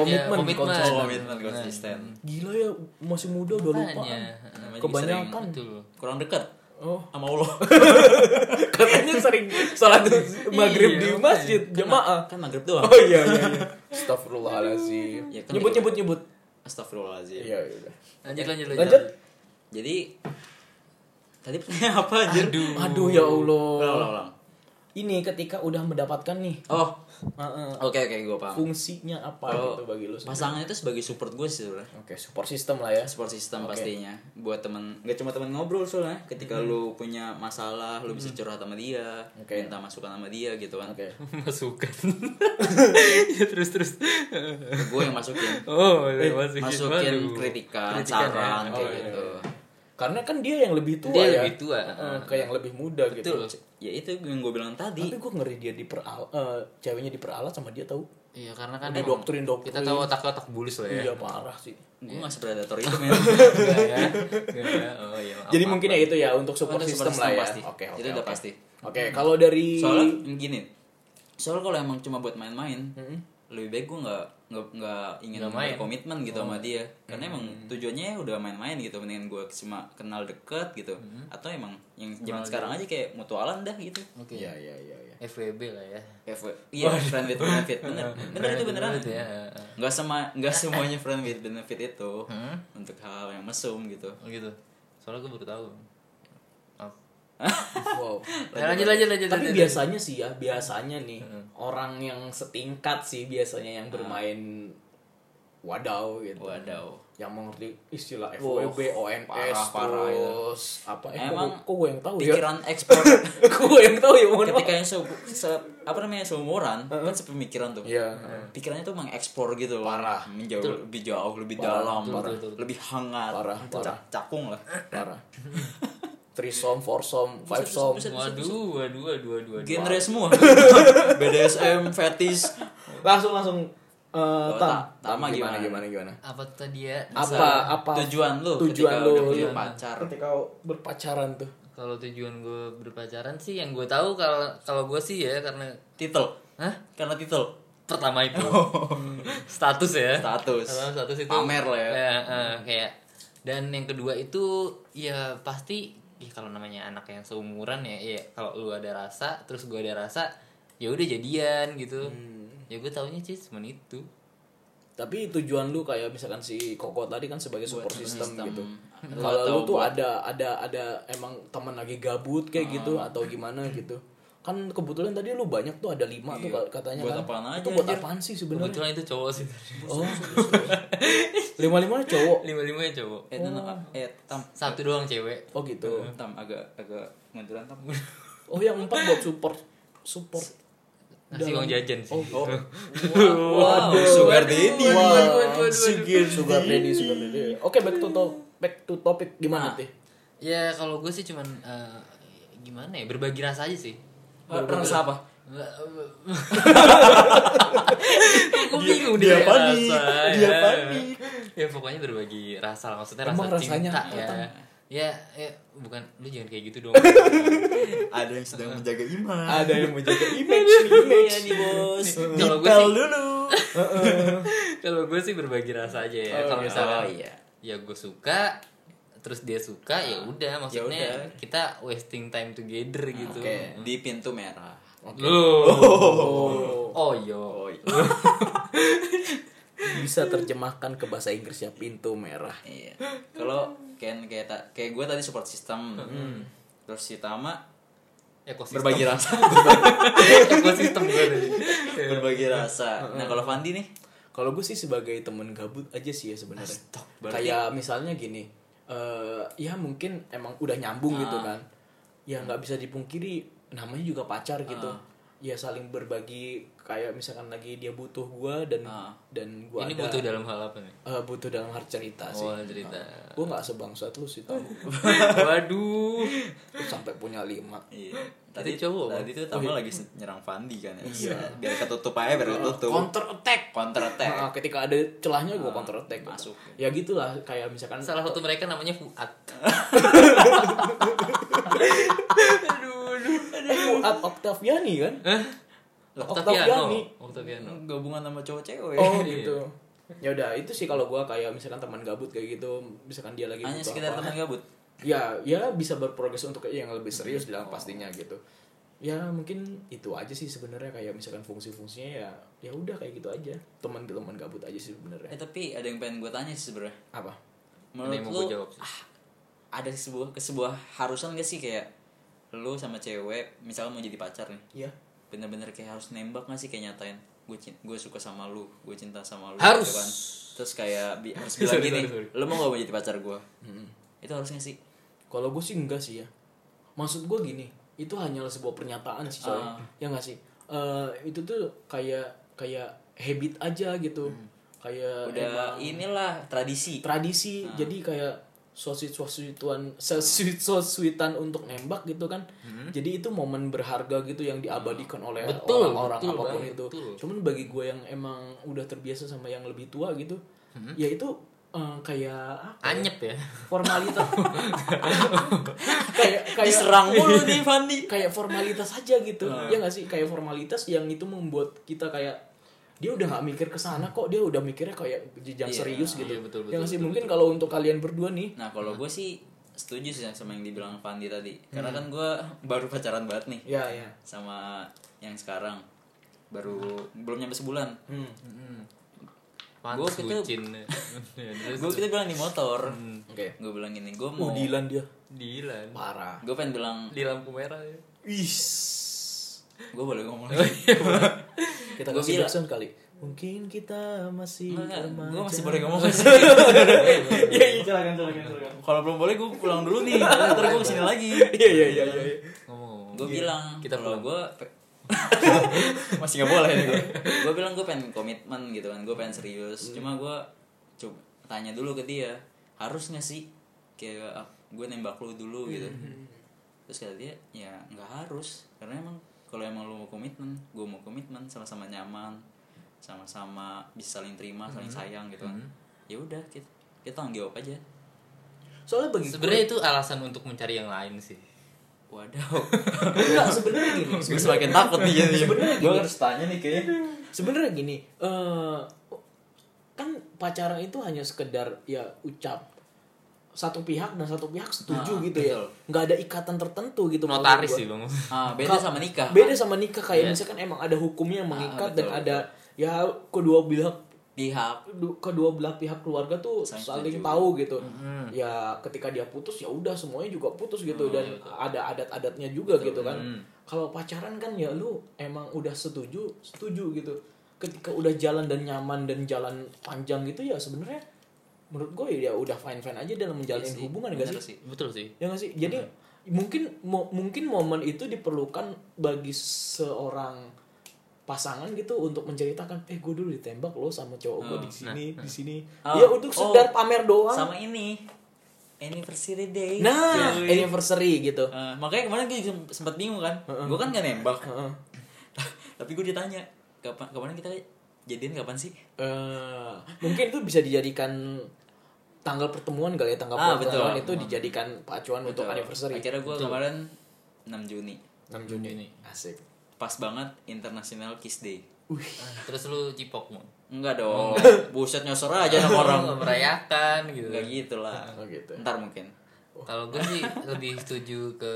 A: Komitmen,
B: ya, komitmen. Iya.
A: konsisten.
B: Konsisten.
C: komitmen konsisten.
A: Gila ya masih muda udah lupa.
B: Makanya.
C: Namanya juga
A: Kebanyakan.
B: betul
C: sering Kurang dekat
A: Oh,
C: sama Allah.
A: katanya sering sholat maghrib
B: Iya,
A: di
B: makanya.
A: masjid jemaah.
C: kan maghrib doang.
A: Oh iya iya. iya. Astagfirullahalazim.
C: Ya, kan
A: Nyebut nyebut nyebut.
C: Astagfirullahaladzim.
A: Iya iya.
B: lanjut lanjut lanjut,
A: Lanjut.
C: Jadi tadi pertanyaan apa anjir?
B: aduh
A: Aduh ya
C: Ulang,
A: Allah.
C: ulang, ulang.
A: Ini ketika udah mendapatkan nih Ah,
C: Oh,
A: Heeh.
C: oke oke gue paham.
A: fungsinya apa
C: Kalau
A: gitu bagi lu sendiri?
C: Pasangan itu sebagai support gue sih sebenarnya.
A: Oke, support system lah ya.
C: Support system
A: Oke.
C: pastinya buat temen nggak cuma temen ngobrol soalnya ketika lu punya masalah lu bisa curhat sama dia
A: Oke.
C: minta masukan sama dia gitu kan
A: Oke.
B: masukan ya terus terus
C: gue yang masukin
B: oh masukin,
C: Eh, iya, masukin
B: Waduh.
C: kritikan,
B: Kritikan,
C: saran
B: ya.
C: kayak
A: Oh, iya,
C: gitu
A: Karena kan dia yang lebih tua
B: Dia
A: ya.
B: lebih tua.
A: Heeh, kayak yang lebih muda
C: Betul.
A: gitu.
C: ya itu yang gue bilang tadi
A: Tapi gue ngeri dia diperal eh, ceweknya diperalat sama dia tahu.
B: iya karena kan
A: Udah
B: emang
A: doktrin-doktrin.
B: kita tahu otak otak bulus lah ya
A: Iya parah sih.
C: gue masih predator itu men
B: Enggak ya Enggak ya. oh iya maaf,
A: Jadi
B: maaf,
A: mungkin ya
B: maaf.
A: itu ya untuk support
C: Untuk
A: system
C: support
A: lah
C: system
A: ya.
C: pasti.
A: Oke, oke.
C: Itu udah
A: oke.
C: pasti.
A: Oke, kalau dari
C: soalnya gini soalnya kalau emang cuma buat main-main lebih baik gue nggak nggak nggak ingin
B: Nggak main. Oh.
C: komitmen gitu sama dia karena emang tujuannya udah main-main gitu mendingan gue cuma kenal deket gitu atau emang yang zaman sekarang aja kayak mutualan dah gitu
B: oke
A: Iya, iya, iya, iya.
B: FWB lah ya
C: FW. iya friend with benefit bener bener itu beneran
B: Betul ya heeh.
C: nggak sama nggak semuanya friend with benefit itu untuk hal yang mesum gitu
B: Oh gitu. Soalnya gue baru tahu. Maaf.
A: wow
B: Nah, lanjut lanjut lanjut.
A: tapi
B: lanjut.
A: biasanya sih ya biasanya nih orang yang setingkat sih biasanya
C: Ah.
A: yang bermain wadaw gitu
C: Wadaw.
A: yang mengerti istilah
C: Wah,
A: FWB, ONS,
C: parah, parah itu.
A: terus apa? Eh,
C: Emang
A: kok, gue yang
B: Oh,
A: tahu
B: iya.
A: ya?
C: pikiran ekspor
A: kok gue yang tahu ya? mohon maaf.
C: ketika yang se, se- apa namanya seumuran kan sepemikiran tuh
A: Iya.
C: pikirannya tuh mengekspor gitu loh
A: Parah.
C: menjauh lebih jauh lebih dalam
B: Parah.
C: lebih hangat
A: Parah,
C: Itu
A: parah.
C: cak- cakung lah
A: Parah. Threesome, foursome, fivesome.
C: Buset, buset, buset, buset.
B: Waduh, waduh, waduh, waduh. waduh.
C: genre semua BDSM fetish
A: Langsung langsung eh
C: Oh,
A: tam,
C: Tam, Tama
A: gimana
C: gimana?
A: gimana gimana?
B: Apa tadi ya?
A: Apa apa
C: tujuan lu
A: tujuan
C: ketika
A: lu Iya.
C: udah punya
A: lu-
C: pacar?
A: Ketika berpacaran tuh.
B: Kalau tujuan gue berpacaran sih yang gue tahu kalau kalau gue sih ya karena
C: titel
B: Hah?
C: karena titel
B: pertama itu
A: Oh.
B: status ya.
C: status
B: Pertama status itu
C: pamer lah ya
B: Ya, eh, kayak dan yang kedua itu ya pasti ih kalau namanya anak yang seumuran ya, ya kalau lu ada rasa terus gue ada rasa ya udah jadian gitu.
C: Hmm.
B: Ya gue taunya sih cuma itu.
A: Tapi tujuan lu kayak misalkan si Koko tadi kan sebagai support system,
C: sistem.
A: gitu.
C: Atau-
A: Kalau lu
C: atau
A: tuh
C: buat-
A: ada ada ada emang teman lagi gabut kayak gitu
C: Ah.
A: atau gimana gitu. Kan kebetulan tadi lu banyak tuh ada lima tuh katanya
C: Iya. Buat
A: kan.
C: apaan aja,
A: itu buat
C: anjir?
A: apaan sih sebenarnya?
B: Kebetulan itu cowok sih.
A: Oh. lima lima cowok.
B: Lima-limanya cowok.
C: eh, dan- eh tam
B: Satu doang cewek.
A: Oh gitu.
C: tam agak agak ngenduran tam
A: Oh yang empat buat support support.
B: Kasih uang jajan sih.
A: Oh.
C: wow sugar daddy
A: Wah, sugar sugar daddy sugar daddy. Oke back to top back to topic gimana
C: Nah.
A: teh?
B: Ya kalau gue sih cuman eh, gimana ya berbagi rasa aja sih. eh,
C: rasa apa
B: Gue bingung
C: dia
B: deh,
C: panik,
B: rasa,
C: dia
B: ya.
C: panik.
B: Ya pokoknya berbagi rasa lah, maksudnya
A: Emang
B: rasa
A: rasanya
B: cinta
A: apa,
B: ya.
A: Tan?
B: Ya, ya, bukan lu jangan kayak gitu dong.
C: ada yang sedang menjaga iman
A: Ada yang menjaga image
C: Iya nih bos
B: Kalau gue
C: Dipel
B: sih-
C: dulu
B: kalau gue sih berbagi rasa aja ya. kalau misalnya ya gue suka terus dia suka ya udah maksudnya
C: udah.
B: kita wasting time together gitu.
C: Di pintu merah
B: Loh.
A: Oh,
B: Oh, yo.
A: bisa terjemahkan ke bahasa Inggris ya pintu merah.
C: Iya Kalau Ken kayak ta- kayak gue tadi support system
A: Hmm.
C: Terus si Tama
B: Ekosistem.
C: Berbagi rasa
B: ekosistem gue tadi.
C: Berbagi rasa Nah kalau Fandi nih
A: Kalau gue sih sebagai temen gabut aja sih ya sebenarnya. Kayak misalnya gini, eh ya mungkin emang udah nyambung gitu
B: Ah.
A: kan. Ya nggak bisa dipungkiri, namanya juga pacar gitu.
B: Ah.
A: Ya saling berbagi kayak misalkan lagi dia butuh gue dan
C: Ah.
A: dan gue
B: Ini
A: ada
B: butuh dalam hal apa nih?
A: eh, butuh dalam hal cerita sih.
B: Oh, cerita.
A: Gue nggak sebangsat lu sih tau.
B: Waduh.
A: Lu sampai punya lima.
C: Iya Tadi
B: Itu cowok,
C: Tadi tuh
A: Oh, iya.
C: Tama lagi se- nyerang Fandi kan ya Biar ketutup aja biar ketutup
A: Counter attack.
C: Counter attack
A: Nah, ketika ada celahnya gue counter attack.
C: masuk.
A: Ya gitulah kayak misalkan
B: Ah. Salah satu mereka namanya Fuad.
A: Fuad Octaviani kan? Octaviani.
B: Octaviano. Octaviano.
C: Iya, Gabungan sama cowok cewek
A: Oh gitu. Ya udah itu sih kalau gua kayak misalkan teman gabut kayak gitu, misalkan dia lagi
C: Hanya
A: butuh
C: sekitar
A: apa.
C: teman gabut
A: Ya, ya bisa berprogres untuk yang lebih serius dalam pastinya gitu. Ya mungkin itu aja sih sebenarnya kayak misalkan fungsi-fungsinya ya ya udah kayak gitu aja. Teman-teman gabut aja sih
C: Eh
A: sebenarnya.
C: tapi ada yang pengen gue tanya sih sebenernya
A: Apa?
C: Menurut lu
B: Ini mau
C: ah,
B: gue jawab. sih.
C: ada sebuah sebuah harusan gak sih kayak lu sama cewek misalnya mau jadi pacar nih
A: Ya.
C: bener-bener kayak harus nembak gak sih kayak nyatain gue gue suka sama lu gue cinta sama lu
B: Harus.
C: gitu kan. terus kayak bi- harus bilang
B: Sorry,
C: gini
B: sorry,
C: lu mau gak mau jadi pacar gue itu harusnya sih
A: Kalau gue sih enggak sih ya. Maksud gue gini, itu hanyalah sebuah pernyataan sih coy.
C: Ah.
A: Ya enggak sih? Eh, itu tuh kayak kayak habit aja gitu.
B: Hmm. Eh,
A: Kayak
C: udah
A: emang
C: inilah tradisi
B: Iya.
A: tradisi.
B: Ah.
A: Jadi kayak sosit-sosituan sosituan untuk nembak gitu kan.
B: Hmm.
A: Jadi itu momen berharga gitu yang diabadikan oleh
B: Ah. Betul,
A: orang-orang
B: betul
A: apapun
B: banget,
A: itu.
B: betul.
A: Cuman bagi gue yang emang udah terbiasa sama yang lebih tua gitu, ya itu eh, kayak apa ya?
B: Hmm. Anyep ya.
A: formalitas kayak kayak
C: diserang mulu nih Fandi
A: kayak formalitas aja gitu ya nggak sih kayak formalitas yang itu membuat kita kayak dia udah nggak mikir ke sana kok dia udah mikirnya kayak jenjang serius gitu
B: iya, betul,
A: ya
B: betul,
A: nggak sih mungkin kalau untuk kalian berdua nih
C: nah
B: Iya.
C: kalau gue sih setuju sih sama yang dibilang Fandi tadi karena kan gue baru pacaran banget nih
A: ya ya
C: sama yang sekarang baru belum nyampe sebulan
A: hmm.
B: Pantes
C: Gua kita-
B: bucin. Ya, terus
C: gue kita bilang di motor
A: Oke.
C: gue bilang gini gue
A: Oh,
C: mau
A: Dilan dia.
B: Dilan.
A: Parah.
C: gue pengen bilang
B: Di lampu merah ya.
A: Is.
C: gue boleh ngomong
A: Oh,
C: lagi
A: iya, Kita
C: Gua
A: kasih
C: bilang.
A: backsound kali. Mungkin kita masih remaja.
C: gue masih boleh ngomong
A: Iya, iya, silakan, silakan, silakan.
C: kalau belum boleh gue pulang dulu nih ntar gue kesini lagi
A: Iya, iya, iya, iya.
B: Ngomong-ngomong.
C: gue bilang
B: Kita
C: kalau
B: pulang.
C: gue masih nggak boleh gue gue bilang gue pengen komitmen gitu kan gue pengen serius cuma gue coba tanya dulu ke dia harus nggak sih kayak ah, gue nembak lu dulu gitu terus kata dia ya nggak harus karena emang kalau emang lu mau komitmen gue mau komitmen sama-sama nyaman sama-sama bisa saling terima saling sayang gitu kan ya udah kita kita tanggung jawab aja
A: Soalnya bagi
B: Sebenarnya itu alasan untuk mencari yang lain sih.
C: waduh
A: enggak sebenarnya gini.
C: gue semakin takut nih jadi
A: Sebenarnya
C: gue
A: gini.
C: harus tanya nih kayaknya
A: sebenarnya gini eh kan pacaran itu hanya sekedar ya ucap satu pihak dan satu pihak setuju gitu ya
C: betul.
A: nggak ada ikatan tertentu gitu menurut
B: Nah. Notaris
A: gua.
B: sih, Iya. Bang.
C: ah beda
A: Kalau-
C: sama nikah
A: beda sama nikah kayak misalkan emang ada hukumnya yang mengikat
B: Ah,
A: dan
C: betul,
A: ada ya kedua belah
C: pihak
A: du- kedua belah pihak keluarga tuh
C: Saling
A: saling
C: setuju. Mm-hmm.
A: tahu gitu ya ketika dia putus ya udah semuanya juga putus
C: Oh,
A: gitu dan ada adat-adatnya juga gitu kan
C: Mm-hmm.
A: kalau pacaran kan ya lu emang udah setuju setuju gitu ketika udah jalan dan nyaman dan jalan panjang gitu ya sebenarnya menurut gue ya udah fine fine aja dalam menjalin
C: Iya sih,
A: hubungan gak
C: bener
A: sih
C: sih.
B: Betul sih.
A: ya gak sih jadi
C: Hmm.
A: mungkin mo- mungkin momen itu diperlukan bagi seorang pasangan gitu untuk menceritakan eh gue dulu ditembak lo sama cowok gue di sini di sini
C: Oh.
A: ya untuk
C: Oh.
A: sekedar pamer doang
C: sama Iya, ini anniversary day
A: nah
C: Jadi,
A: anniversary gitu
C: eh, makanya kemarin gue juga sempet bingung kan gue kan gak nembak
A: Heeh.
C: tapi gue ditanya kapan kemarin kita jadian kapan sih
A: Eh, mungkin itu bisa dijadikan tanggal pertemuan kali ya tanggal
C: Ah,
A: pertemuan
C: betul.
A: itu dijadikan pacuan untuk anniversary
C: Gitu. akhirnya gue kemarin 6 Juni
A: 6 Juni asik
C: pas banget international kiss day
B: Ah, Terus lu cipok mau.
C: enggak dong buset nyosor aja sama orang
B: Orang merayakan gitu.
C: enggak gitu lah
A: Oh, gitu.
C: ntar mungkin
B: Kalau gue sih lebih setuju ke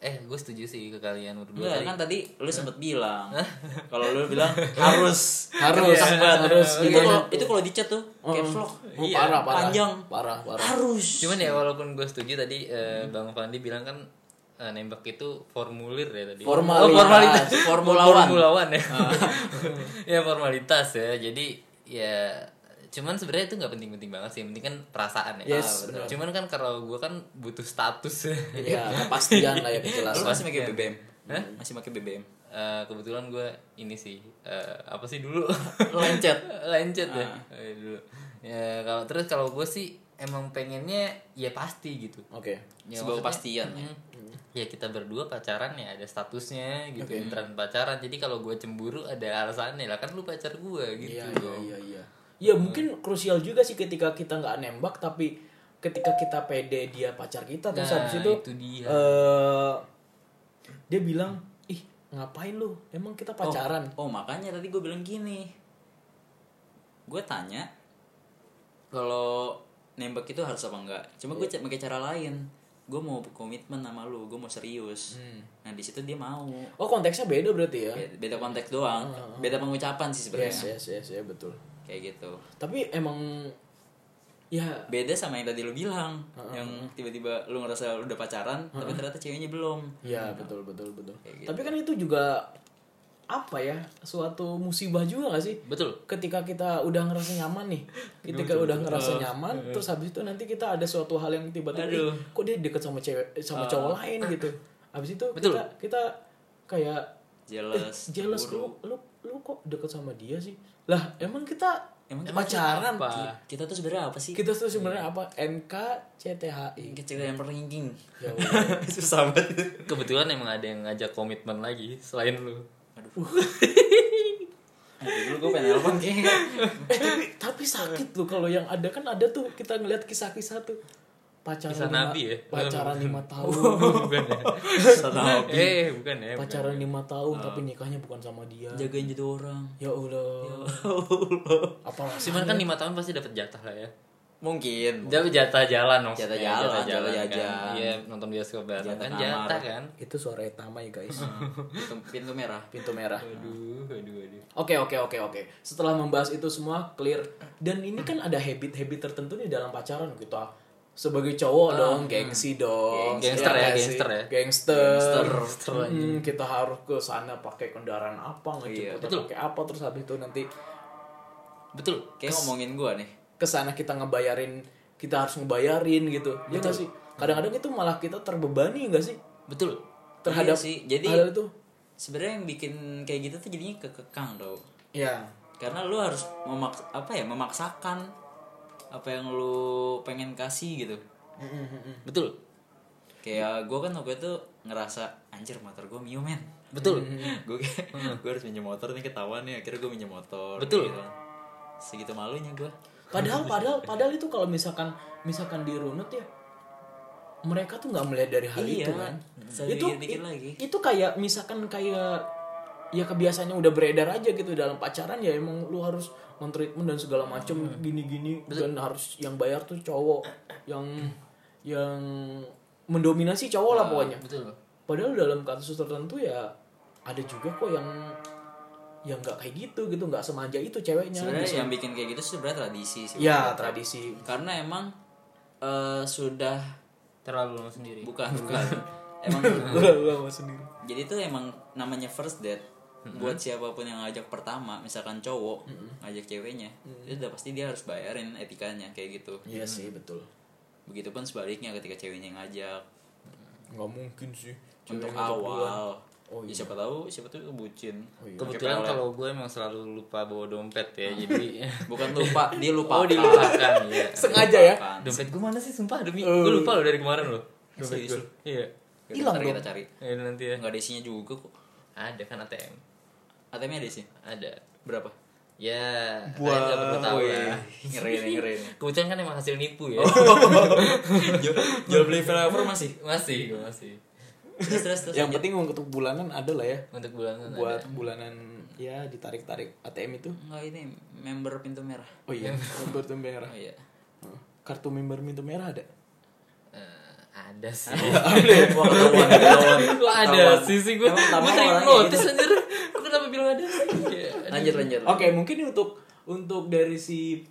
B: eh gue setuju sih ke kalian berdua
C: Enggak,
B: tadi.
C: kan tadi lu sempet bilang kalau lu bilang harus
A: Harus,
C: Kenceng banget.
A: harus. iya.
C: itu kalau itu kalau dicat tuh kayak vlog
A: Oh, parah parah
C: Iya, panjang
A: parah parah
C: harus
B: Cuman ya walaupun gue setuju tadi eh, Bang Fandi bilang kan eh, nembak itu formulir ya tadi.
A: Formalitas. Ah.
B: Oh, formalitas.
C: Formulawan.
B: Formulawan ya. ya formalitas ya. Jadi ya cuman sebenarnya itu nggak penting-penting banget sih. Yang penting kan perasaan ya.
A: Yes,
B: betul. Cuman kan kalau gue kan butuh status ya.
A: ya kepastian lah ya
C: lu
A: penjelasan
C: masih pakai BBM masih pakai BBM
B: Eh, kebetulan gue ini sih eh, apa sih dulu
C: Lencet.
B: lencet ya
A: Ah.
B: Eh, dulu ya kalau terus kalau gue sih emang pengennya ya pasti gitu
A: oke
B: ya,
C: sebuah
B: maksudnya-
C: kepastian ya.
B: Mm. ya kita berdua pacaran ya ada statusnya gitu beneran pacaran jadi kalau gue cemburu ada alasannya lah kan lu pacar gue gitu
A: Iya iya iya iya. Ya mungkin krusial juga sih ketika kita nggak nembak tapi ketika kita pede dia pacar kita terus
B: Nah,
A: habis itu,
B: itu dia.
A: eh, dia bilang ih ngapain lu emang kita pacaran
C: oh makanya tadi gue bilang gini gue tanya kalau nembak itu harus apa enggak cuma
A: Iya.
C: gue pakai cara lain gue mau komitmen sama lu gue mau serius
A: Hmm.
C: nah di situ dia mau
A: oh. konteksnya beda berarti ya
B: Iya.
C: Be- beda konteks doang beda pengucapan
A: yes
C: sih sebenarnya
A: yes yes ya betul
C: kayak gitu
A: tapi emang ya
C: beda sama yang tadi lu bilang yang tiba-tiba lu ngerasa lu udah pacaran tapi ternyata ceweknya belum
A: ya betul betul betul
C: gitu.
A: tapi kan itu juga apa ya suatu musibah juga gak sih
B: betul
A: ketika kita udah ngerasa nyaman nih ketika udah
C: Oh,
A: ngerasa nyaman
C: iya.
A: terus habis itu nanti kita ada suatu hal yang tiba-tiba "Ih, kok dia deket sama cewek eh,
C: Ah.
A: sama cowok lain gitu habis itu kita kita kayak "Eh,
C: Eh, jealous
A: jealous
C: cemburu.
A: lu lu lu kok deket sama dia sih lah emang kita
C: Emang kita Iya.
A: pacaran
B: apa?
A: Ki-
C: kita tuh sebenarnya apa sih
A: kita tuh sebenarnya apa NKCTHI
C: kita cerita yang ranking
A: ya Allah.
C: susah banget
B: kebetulan emang ada yang ngajak komitmen lagi selain lu
C: dulu gue pengen nelfon kayaknya
A: Eh, tapi tapi sakit loh kalau yang ada kan ada tuh kita ngeliat kisah-kisah tuh pacaran
B: Kisah
A: lima-
B: Nabi ya?
A: pacaran lima tahun
B: bukan ya
C: Salah hobi.
B: eh bukan ya bukan.
A: pacaran lima tahun tapi nikahnya bukan sama dia
C: jagain jadi orang
A: ya allah
C: Allah
A: apalagi
B: cuman kan lima tahun pasti dapat jatah lah ya
C: mungkin
B: Jauh jatah jalan
C: Jatah
B: maksudnya.
C: jalan, jatah
B: kan.
C: jajan.
B: Iya, nonton bioskop bareng
C: Jatah
B: kan
C: kamar.
B: jatah kan.
A: Itu suara etama ya guys.
C: pintu, pintu merah
A: Pintu merah.
B: Aduh, aduh, aduh.
A: Oke oke oke oke. Setelah membahas itu semua clear dan ini kan ada habit-habit tertentu nih dalam pacaran kita. Sebagai cowok dong, gengsi dong.
B: Ah,
A: Iya
B: Gangster ya,
A: nggak sih?
B: gangster ya.
A: Gangster.
B: Gangster
A: Hmm, kita harus ke sana pakai kendaraan apa, ngejemput
B: Iya, betul.
A: pakai apa terus habis itu nanti
B: Betul.
C: kayak ngomongin gua nih
A: ke sana kita ngebayarin, kita harus ngebayarin gitu. Ya nggak sih? Kadang-kadang itu malah kita terbebani enggak sih?
B: Betul.
A: Terhadap
C: Iya sih, jadi-
A: hal itu.
C: sebenarnya yang bikin kayak gitu tuh jadinya kekekang tau
A: Ya.
C: karena lu harus memaks apa ya memaksakan apa yang lu pengen kasih gitu
B: Betul.
C: kayak gua kan waktu itu ngerasa anjir motor gua mio men
B: Betul.
C: gue
A: Hmm.
C: gue harus minjem motor nih ketahuan nih akhirnya gue minjem motor
B: Betul.
C: gitu. segitu malunya gue
A: Padahal padahal padahal itu kalau misalkan misalkan dirunut ya mereka tuh nggak melihat dari hal
C: Iya,
A: itu kan.
C: saya
A: Itu
C: pikir-pikir lagi.
A: itu kayak misalkan kayak ya kebiasaannya udah beredar aja gitu dalam pacaran ya emang lu harus mentreatment dan segala macem
C: Hmm.
A: gini-gini dan harus yang bayar tuh cowok yang yang mendominasi cowok
C: Ah,
A: lah pokoknya.
B: Betul.
A: Padahal dalam kasus tertentu ya ada juga kok yang yang nggak kayak gitu gitu nggak semanja Ya, itu ceweknya.
C: sebenarnya yang bikin kayak gitu sebenarnya tradisi sih
A: Ya tradisi
C: karena emang eh, sudah
B: Terlalu lama sendiri.
C: bukan bukan emang
A: lama sendiri
C: jadi itu emang namanya first date
A: Hmm.
C: buat siapapun yang ngajak pertama misalkan cowok ngajak ceweknya
A: Hmm.
C: itu udah pasti dia harus bayarin etikanya kayak gitu
A: iya sih betul
C: begitupun sebaliknya ketika ceweknya ngajak
A: nggak mungkin sih
C: untuk awal
A: Oh,
C: Ya,
A: iya.
C: siapa tahu siapa tahu itu bucin
B: Kebetulan kalau gue emang selalu lupa bawa dompet ya, jadi
C: bukan lupa dia lupa
B: oh dilupakan ya.
A: sengaja ya
B: Dompet gue mana sih sumpah demi
C: Oh.
B: gue lupa loh dari kemarin loh. Dompet gue. Iya.
A: Hilang
C: ntar
A: dong.
C: kita cari
B: Ya nanti ya.
C: nggak ada isinya juga kok
B: Ada kan ATM.
C: ATM ada sih
B: Ada.
C: berapa
B: Ya, Buat... nggak
A: Oh,
B: perlu tahu
A: iya.
B: lah.
C: ngeri nih ngeri nih
B: Kebetulan kan emang hasil
C: Oh.
B: nipu ya.
C: jual, jual beli flyover masih
B: masih,
C: Iya.
B: gue masih.
C: terus terus terus
A: yang penting untuk bulanan ada lah ya
B: Untuk kan bulanan
A: buat
B: ada.
A: bulanan ya ditarik tarik ATM itu
C: nggak ini member pintu merah
A: oh iya kartu merah
C: oh iya
A: kartu member pintu merah ada
B: Eh, ada sih.
C: Wah, ketahuan, ketahuan.
B: Kok ada sih sih gue?
C: Emang tamu
B: Gue tadi
C: orangnya gitu.
B: notis anjir. Gue kenapa bilang ada sih? Ya, aduh.
C: lanjut lanjut
A: oke mungkin untuk untuk dari si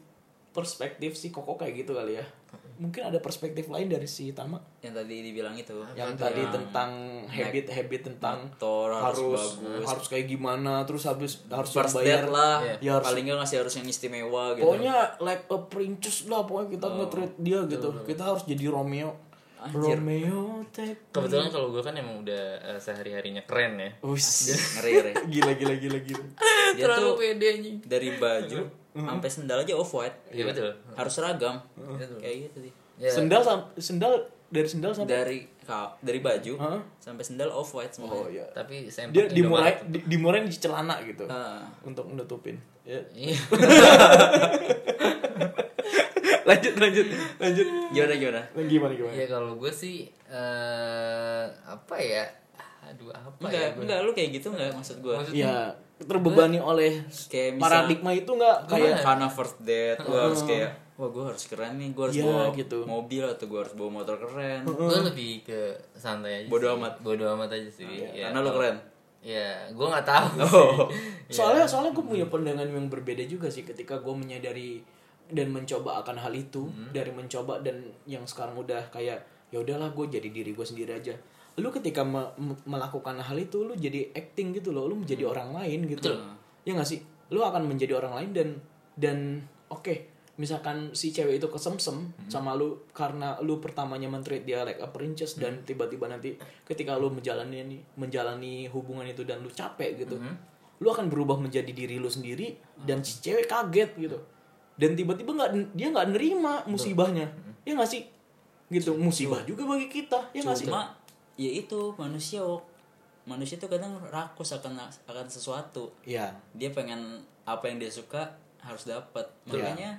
A: perspektif si koko kayak gitu kali ya mungkin ada perspektif lain dari si tama
C: yang tadi dibilang itu
A: yang tadi tentang habit habit tentang
C: motor harus
A: harus harus, kayak gimana terus habis harus yang
C: first
A: bayar
C: date lah
A: ya harus Oh,
C: paling nggak ngasih harus yang istimewa gitu
A: pokoknya like a princess lah pokoknya kita nge-treat dia gitu kita harus jadi Romeo Romeo take
B: Kebetulan
C: Hmm.
B: kalau gue kan emang udah eh, sehari-harinya keren ya.
A: Ush.
C: ngeri ngeri
A: gila gila gila gila
C: dia tuh
B: pede anjing.
C: dari baju sampai sendal aja off white
B: Iya betul.
C: harus seragam kayak gitu sih
B: Ya.
A: sendal sam- sendal dari sendal sampai
C: dari ka- dari baju
A: Hah?
C: sampai sendal off white
A: oh
C: semua
A: iya
B: Tapi
A: dia
B: sempat
A: dimurai di- dimurai di celana gitu
C: Ah.
A: untuk menutupin ya.
B: Iya.
A: lanjut lanjut lanjut
C: gimana gimana
A: Nah, gimana gimana
B: Ya kalau gue sih eh apa ya? Aduh apa
C: enggak
B: ya?
C: enggak lu kayak gitu enggak maksud gue
A: ya terbebani oleh
C: kayak misal
A: paradigma itu nggak kayak
C: kayak karena first date lu harus kayak wah gue harus keren nih gue harus
A: Iya,
C: bawa
A: gitu.
C: mobil atau gue harus bawa motor keren
B: Gue lebih ke santai aja.
C: Bodo
B: sih.
C: amat. Iya,
B: Bodo amat aja sih. Ya,
C: karena lu
B: kalau-
C: keren Oh.
B: Ya, gue nggak tahu. sih.
A: soalnya soalnya gue punya pandangan yang berbeda juga sih ketika gue menyadari dan mencoba akan hal itu dari mencoba dan yang sekarang udah kayak ya udahlah gue jadi diri gue sendiri aja lu ketika me- me- melakukan hal itu lu jadi acting gitu loh lu menjadi orang lain gitu ya nggak sih lu akan menjadi orang lain dan dan oke misalkan si cewek itu kesemsem sama lu karena lu pertamanya mentreat dia like a princess dan tiba-tiba nanti ketika lu menjalani menjalani hubungan itu dan lu capek gitu lu akan berubah menjadi diri lu sendiri dan si cewek kaget gitu dan tiba-tiba nggak dia nggak nerima musibahnya ya nggak sih gitu musibah juga bagi kita ya nggak sih
C: cuma ya itu manusia Wok. manusia tuh kadang rakus akan akan sesuatu
A: ya
C: dia pengen
A: Iya.
C: apa yang dia suka harus dapat makanya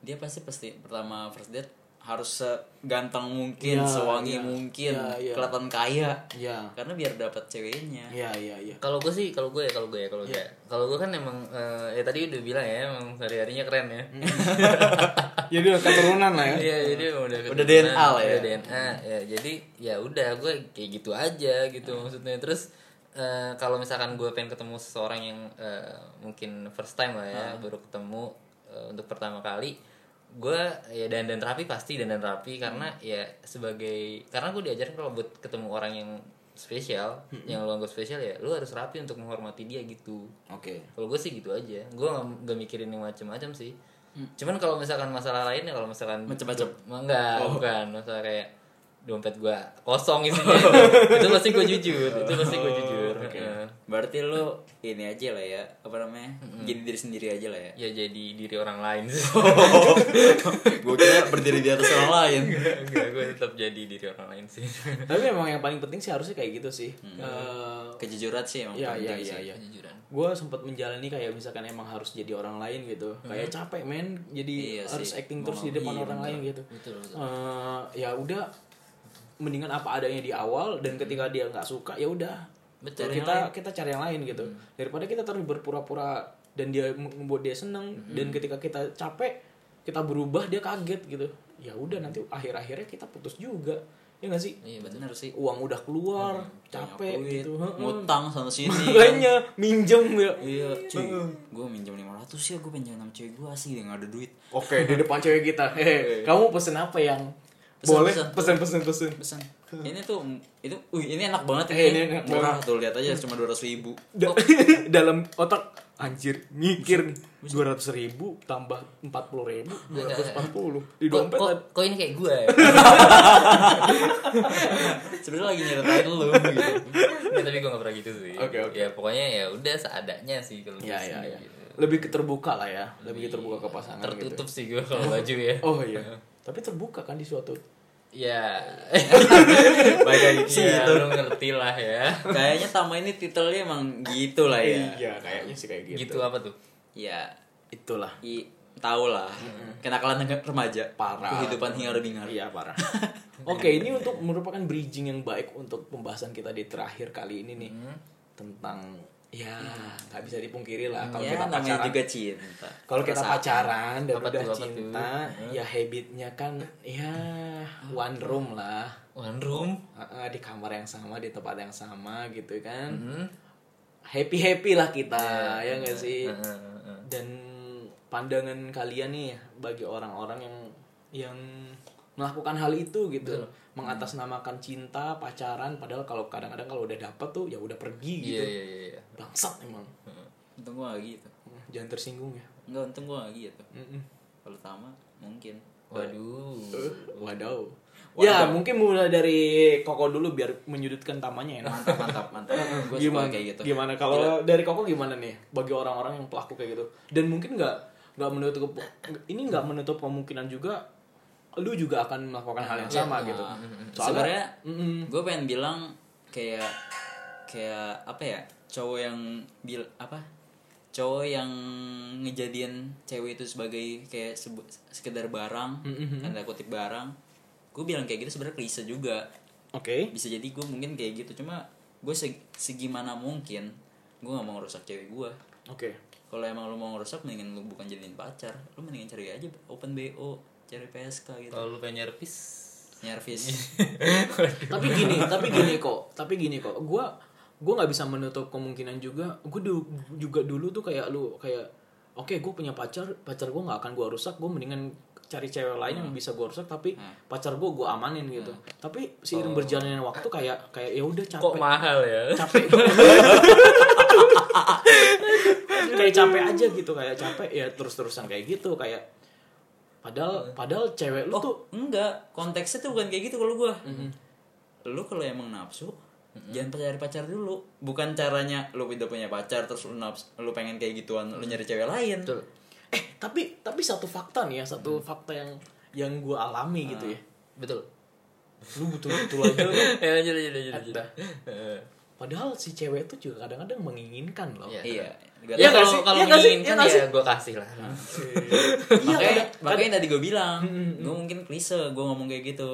C: dia pasti pasti pertama first date harus seganteng mungkin,
A: Iya,
C: sewangi
A: iya.
C: mungkin,
A: Iya, iya.
C: kelihatan kaya.
A: Iya.
C: Karena biar dapat ceweknya.
A: Iya, iya, iya.
B: Kalau gue sih, kalau gue ya, kalau gue ya,
C: Iya.
B: kalau gue, ya. kalau gue kan emang eh, ya tadi udah bilang ya, emang sehari harinya keren ya.
C: Hmm.
A: Jadi udah keturunan lah ya.
B: Iya, jadi emang udah
C: Udah
B: keturunan,
C: DNA lah ya.
B: Udah DNA. Ya, jadi ya udah gue kayak gitu aja gitu maksudnya. Terus eh, kalau misalkan gue pengen ketemu seseorang yang eh, mungkin first time lah
C: Hmm.
B: ya, baru ketemu eh, untuk pertama kali, gue ya dan dan rapi pasti dan dan rapi karena
C: Hmm.
B: ya sebagai karena gue diajarin kalau buat ketemu orang yang spesial,
C: Hmm.
B: yang lo anggap spesial ya, lo harus rapi untuk menghormati dia gitu
A: Oke.
B: kalau gue sih gitu aja gue gak, gak mikirin yang macem-macem sih
A: Hmm.
B: cuman kalau misalkan masalah lain ya kalau misalkan
C: Macem-macem?
B: Ma- enggak
A: Oh.
B: bukan masalah kayak dompet gue kosong isinya itu pasti gue jujur itu pasti
A: Oh,
B: gue jujur Heeh.
C: Iya. Berarti lu ini aja lah ya, apa namanya? Jadi diri sendiri aja lah ya.
B: ya jadi diri orang lain sih
C: gue kira berdiri di atas orang lain.
B: enggak gue tetap jadi diri orang lain sih
A: Tapi emang yang paling penting sih harusnya kayak gitu sih. Eh,
C: Kejujuran sih emang.
A: Iya,
C: penting
A: iya,
C: sih.
A: iya, iya.
B: kejujuran
A: gue sempat menjalani kayak misalkan emang harus jadi orang lain gitu kayak capek men jadi
C: Hmm. Iya
A: harus
C: sih.
A: acting
C: Mau
A: terus di
C: nggak-
A: depan
C: iya,
A: orang
C: bener.
A: lain gitu
B: Betul, betul.
A: Eh, ya udah mendingan apa adanya di awal dan ketika
C: Hmm.
A: dia nggak suka ya udah
B: Betul,
A: kita kita cari yang lain gitu
C: Hmm.
A: daripada kita terus berpura-pura dan dia membuat dia seneng
C: Hmm.
A: dan ketika kita capek kita berubah dia kaget gitu ya udah nanti akhir-akhirnya kita putus juga ya nggak sih
C: Iya, bener sih.
A: uang udah keluar capek
C: Hmm, Punya
A: gitu
C: duit,
A: Heeh.
C: Ngutang sama sini.
A: makanya minjem ya
C: Iya, cuy. Gue minjem 500 ya, gue pinjam sama cewek gue asli deh, gak ada duit.
A: Oke, di depan cewek kita. Hehe. Iya, Kamu pesen apa yang
C: Pesen,
A: boleh?
C: pesen.
A: Pesen pesen pesen.
C: Pesan. Ini tuh itu wih, ini enak banget
A: Hmm. Eh, ini
C: ini.
A: enak
C: murah tuh lihat aja cuma 200 ribu.
A: Da- Dalam otak anjir mikir nih dua ratus ribu tambah empat puluh ribu dua ratus empat puluh di
B: kok,
A: dompet
B: kok,
A: ada-
B: kok ini kayak gue ya?
C: Sebenarnya lagi nyeritain lu gitu.
B: Ya, tapi gue gak pernah gitu sih
A: Oke, oke.
B: ya pokoknya ya udah seadanya sih kalau gue
A: ya
B: sih,
A: ya ya
B: gitu.
A: lebih keterbuka lah ya lebih keterbuka ke pasangan gitu.
B: Iya, tertutup sih gue kalau baju ya
A: oh iya tapi terbuka kan di suatu
B: Ya,
C: Baik lagi ke
A: Iya.
B: ya
C: situ.
B: lu ngerti lah ya.
C: Kayaknya Tama ini titelnya emang gitu lah ya.
A: iya kayaknya sih kayak gitu,
B: Gitu apa tuh?
C: Ya,
A: itulah
C: i tahu lah. Kenakalan remaja
A: Parah.
C: Kehidupan hingar bingar.
A: Hmm. Iya parah. Oke, ini untuk merupakan bridging yang baik untuk pembahasan kita di terakhir kali ini nih
C: Hmm.
A: tentang ya nggak bisa dipungkiri lah kalau
C: Ya,
A: kita
C: namanya
A: pacaran.
C: juga cinta.
A: Kalau kita
C: Perasaan.
A: pacaran dan
B: Apa
A: udah
B: tuh, apa tuh?
A: cinta, ya habitnya kan ya one room lah.
B: One room.
A: Heeh, di kamar yang sama, di tempat yang sama gitu kan.
B: Mm-hmm.
A: Happy-happy lah kita, ya nggak sih?
B: Iya, Heeh.
A: dan pandangan kalian nih bagi orang-orang yang yang melakukan hal itu gitu mengatasnamakan cinta pacaran padahal kalau kadang-kadang kalau udah dapet tuh ya udah pergi
B: Iya,
A: gitu
B: iya, iya, iya.
A: bangsat emang
C: Untung gua gak gitu.
A: jangan tersinggung ya
C: Enggak, untung gua gak gitu.
A: Mm-mm.
C: Kalau Tama mungkin.
B: Waduh.
A: wadaw ya mungkin mulai dari koko dulu biar menyudutkan tamanya ya, enak
C: Mantap, mantap, mantap. Gue suka
A: gimana
C: kayak gitu.
A: gimana kalau dari koko gimana nih bagi orang-orang yang pelaku kayak gitu dan mungkin nggak nggak menutup ini nggak menutup kemungkinan juga lu juga akan melakukan hal yang
C: Iya.
A: sama gitu soalnya
C: Ah,
A: Hmm.
C: Sebenarnya gue pengen bilang kayak kayak apa ya? Cowok yang bil apa? Cowok yang ngejadian cewek itu sebagai kayak sebu- sekedar barang, tanda kutip barang. Gue bilang kayak gitu sebenarnya klise juga.
A: oke
C: Bisa jadi gue mungkin kayak gitu, cuma gue segimana mungkin gue nggak mau ngerusak cewek gue.
A: oke
C: Kalau emang lu mau ngerusak mendingan lu bukan jadiin pacar, lu mendingan cari aja open BO, cari PSK gitu.
B: Kalau lu pengen nyerpis.
C: Nyervis.
A: tapi gini tapi gini kok tapi gini kok gue gue nggak bisa menutup kemungkinan juga gue juga dulu tuh kayak lu kayak oke gue punya pacar pacar gue nggak akan gue rusak gue mendingan cari cewek lain yang bisa gue rusak tapi pacar gue gue amanin gitu tapi seiring berjalannya waktu kayak kayak ya udah capek
B: Kok mahal ya?
A: capek kayak capek aja gitu kayak capek ya terus terusan kayak gitu kayak padahal padahal cewek lu
C: Oh,
A: tuh
C: enggak konteksnya tuh bukan kayak gitu kalau gua
A: Mm-hmm.
C: lu kalau emang nafsu jangan cari pacar dulu bukan caranya lu udah punya pacar terus lu nafsu lu pengen kayak gituan lu nyari cewek lain
A: eh tapi tapi satu fakta nih ya satu fakta yang yang gue alami gitu ya
B: Betul.
A: lu betul betul aja lu
B: ya lanjut lanjut lanjut. lanjut.
A: Dah.
B: Heeh.
A: Padahal si cewek itu juga kadang-kadang menginginkan loh.
B: Iya.
C: Iya. Gak
B: Ya
A: Iya nggak
B: kalau
A: sih?
B: kalau
A: Iya nggak sih?
B: menginginkan
A: Iya nggak
B: ya gue kasih lah.
A: Iya,
C: makanya
A: kadang-
C: makanya tadi gue bilang gue mungkin klise gue ngomong kayak gitu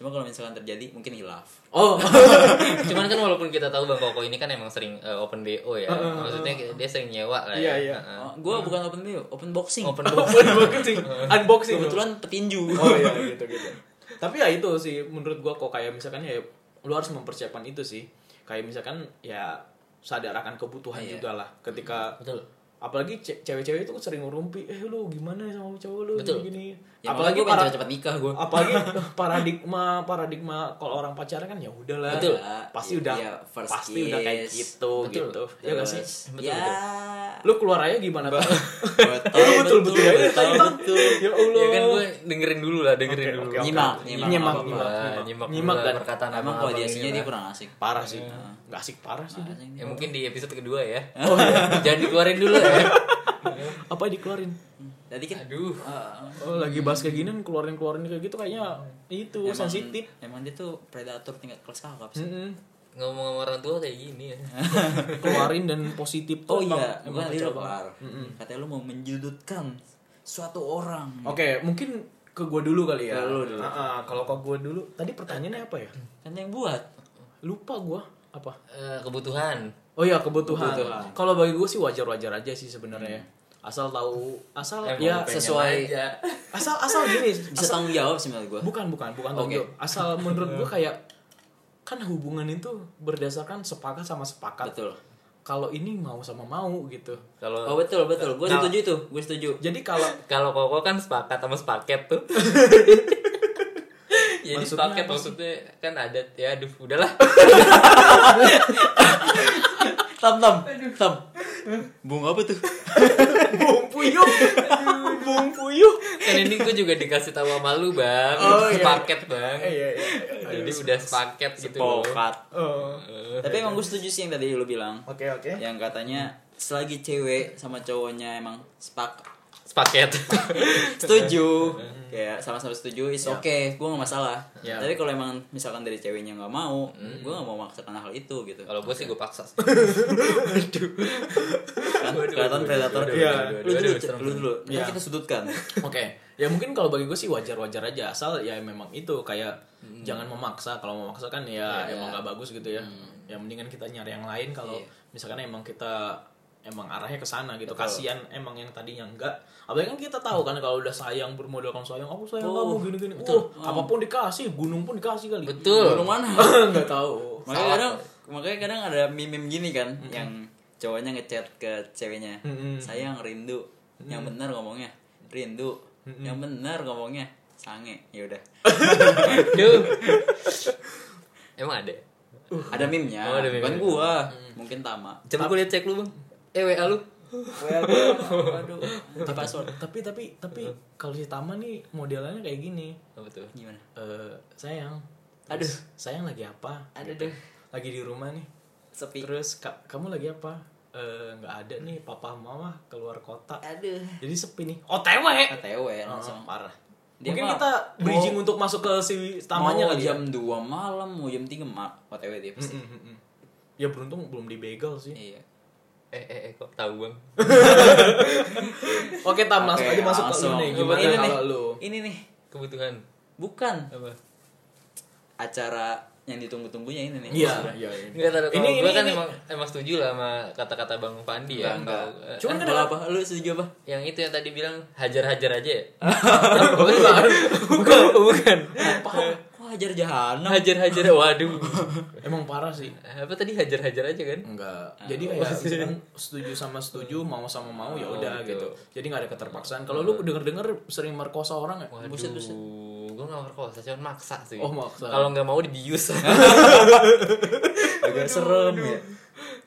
C: cuma kalau misalkan terjadi mungkin hilaf
A: Oh,
B: Cuman kan walaupun kita tahu Bang Koko ini kan emang sering eh, open BO ya. Maksudnya dia sering nyewa lah
A: Iya,
B: ya.
A: iya.
B: Heeh.
C: Oh, gue bukan open bio open boxing
B: Open BO.
A: unboxing, unboxing. loh.
C: kebetulan petinju
A: Oh iya gitu gitu. Tapi ya itu sih menurut gua kok kayak misalkan ya lu harus mempersiapkan itu sih. Kayak misalkan ya sadar akan kebutuhan
C: Iya.
A: juga lah ketika
B: Betul.
A: apalagi ce- cewek-cewek itu sering ngerumpi eh lu gimana sama cowok lu
B: Betul.
A: gini
C: ya,
A: apalagi
C: apalagi gue
A: para,
C: pengen cepet nikah gue
A: apalagi paradigma paradigma kalau orang pacaran kan ya udahlah
B: Betul.
A: pasti udah
C: Nah, Iya, first
A: pasti udah kayak
C: kiss.
A: gitu
B: Betul.
A: gitu ya gak sih
B: Betul,
C: ya
A: lu keluar aja gimana Bang?
C: betul
A: betul, betul, ya.
C: betul betul
A: ya Allah
B: Ya kan gue dengerin dulu lah, dengerin
A: Oke,
B: dulu.
A: oke, oke.
C: Nyimak,
A: nyimak
C: nyimak,
A: nyimak
C: apa-apa.
A: nyimak
B: Wah,
A: nyimak
B: nyimak,
A: nyimak
B: dulu
A: dan
B: perkataan
C: emang
B: abang-abang
C: kualiasinya
B: ini
C: dia
B: lah.
C: kurang asik
A: parah sih Iya. nggak asik parah sih dia.
B: Ya mungkin di episode kedua ya. Jangan dikeluarin dulu ya.
A: apa dikeluarin
C: tadi kan
B: Aduh.
C: Ah,
A: oh, lagi bahas kayak gini keluarin keluarin kayak gitu kayaknya itu
C: emang-
A: sensitif Hmm.
C: emang dia tuh predator tingkat kelas kakap sih
A: Mm-mm.
B: Ngomong sama orang tua kayak gini ya.
A: keluarin dan positif
C: Oh
A: tuh emang-
C: iya,
A: emang
C: bukan tadi
A: pecah
C: lu
A: banget. Hmm.
C: kelar. Katanya lu mau menjudutkan suatu orang.
A: Oke, mungkin ke gua dulu kali ya.
C: Ke lu dulu.
A: Ah, ah, kalau ke gua dulu, tadi pertanyaannya apa ya?
C: Kan yang buat.
A: Lupa gua apa?
B: Eh, kebutuhan.
A: Oh iya, kebutuhan. Hmm.
C: Kebutuhan.
A: Kalau bagi gua sih wajar-wajar aja sih sebenarnya. Asal tahu, asal
B: Emang
A: ya
B: pengen
C: sesuai.
B: aja.
A: asal asal gini,
C: Bisa
A: asal-
C: tanggung jawab sih menurut gua.
A: bukan bukan bukan tanggung
C: Oke.
A: jawab. Asal menurut gua kayak kan hubungan itu berdasarkan sepakat sama sepakat.
C: Betul.
A: Kalau ini mau sama mau gitu.
C: Oh
B: Kalau
C: betul betul, gue
A: Nah.
C: setuju itu, gue setuju.
A: Jadi kalau
B: kalau koko kan sepakat sama sepaket tuh. Jadi
A: Maksudnya
B: sepaket
A: apa sih?
B: maksudnya kan ada ya aduh udahlah.
C: Tam tam tam. Bung apa tuh?
A: Bung Puyuh, Bung Puyuh.
B: Kan ini gue juga dikasih tahu sama lu, Bang.
A: Oh, iya.
B: sepaket, Bang.
A: Eh, iya, iya.
B: Jadi udah sepaket gitu loh.
C: Pokat.
A: Oh.
C: Tapi emang gue setuju sih yang tadi lu bilang.
A: Oke oke.
C: Yang katanya selagi cewek sama cowoknya emang sepak
B: Sepaket.
C: setuju kayak sama-sama setuju is
B: Iya.
C: oke okay. gue gak masalah
A: Ya.
C: tapi kalau emang misalkan dari ceweknya nggak mau
B: Hmm.
C: gue gak mau maksakan hal itu gitu
B: kalau gue sih gue paksa. sih.
C: kan
B: Waduh,
C: kelihatan
B: waduh,
C: predator
B: waduh,
A: Iya.
B: waduh,
C: lu
B: waduh,
C: dulu lu
B: waduh, serem, serem.
C: dulu nanti
A: Iya.
C: kita sudutkan
A: Oke, ya mungkin kalau bagi gue sih wajar-wajar aja asal ya memang itu kayak jangan memaksa. Kalau memaksa kan ya
C: Hmm. Iya. Hmm.
A: emang nggak bagus gitu ya. Ya mendingan kita nyari yang lain kalau
C: Iya.
A: misalkan emang kita emang arahnya ke sana gitu. Kasihan emang yang tadinya enggak. Apalagi kan kita tahu kan kalau udah sayang bermodalkan sayang aku sayang
C: Oh,
A: kamu gini-gini.
C: betul.
A: Betul. apapun dikasih, gunung pun dikasih kali.
B: Betul.
C: lu mana
A: Enggak tahu.
C: makanya
B: Salah. Hmm.
C: kadang makanya kadang ada mimim gini kan yang cowoknya ngechat ke ceweknya
A: Mm-mm.
C: sayang rindu yang
B: Hmm.
C: benar ngomongnya rindu yang benar ngomongnya sange ya udah
B: Duh. Emang ada?
C: ada mimnya
B: Oh, ada meme.
C: bukan gua mungkin tama
B: Coba gue liat cek lu, Bang. Eh, WA lu.
C: waduh di password
A: tapi tapi tapi kalau si Tama nih modelannya kayak gini.
B: Apa tuh?
C: gimana
A: Eh, sayang.
C: Aduh.
A: sayang lagi apa?
C: Aduh,
A: Gitu.
C: aduh.
A: Lagi di rumah nih.
C: sepi
A: Terus "Ka- kamu lagi apa? "Eh, nggak ada nih, papa mama keluar kota.
C: aduh
A: Jadi sepi nih. OTW.
C: KTW
A: Langsung
C: langsung
A: parah.
C: Ah. Dia
A: Mungkin
C: mah
A: kita
C: mau-
A: bridging untuk masuk ke si tamanya
C: mau
A: kali ya.
C: jam 2 malam mau jam 3 mak OTW dia pasti
A: Mm, mm, mm. Ya beruntung belum dibegal sih.
C: iya
B: Eh, eh, eh, kok tahu, Bang?
A: Oke, Tam langsung
C: Oke,
A: aja masuk ke lu
C: langsung.
A: nih.
C: Buat
A: Gimana
C: ini
A: kalau
C: nih.
A: lu?
C: ini nih
B: Kebutuhan
C: bukan
B: apa?
C: acara yang ditunggu-tunggunya ini nih
A: Iya, iya. iya.
B: Enggak tahu.
A: Ini-
B: Ini,
A: ini-
B: gue kan
A: ini.
B: emang emang setuju lah sama kata-kata Bang Pandi ya.
C: Enggak,
B: Kalau, eh,
A: Cuman
C: cuman
A: kan
C: kan apa lu setuju apa
B: yang itu yang tadi bilang hajar-hajar aja ya?
A: Bukan, bukan.
C: paham kok hajar jahanam
B: Hajar-hajar. Waduh.
A: Emang parah sih.
B: Apa tadi hajar-hajar aja kan?
A: Enggak. Jadi kayak misalkan setuju sama setuju, mau sama mau ya
B: Hmm. Oh,
A: udah
B: gitu. Hmm.
A: gitu. Jadi nggak ada keterpaksaan. Kalau lu denger-denger sering merkosa orang ya?
B: Waduh.
C: Buset, buset.
B: Gue gak merkosa, cuman maksa sih.
A: Oh, maksa.
B: Kalau nggak mau dibius.
C: agak serem ya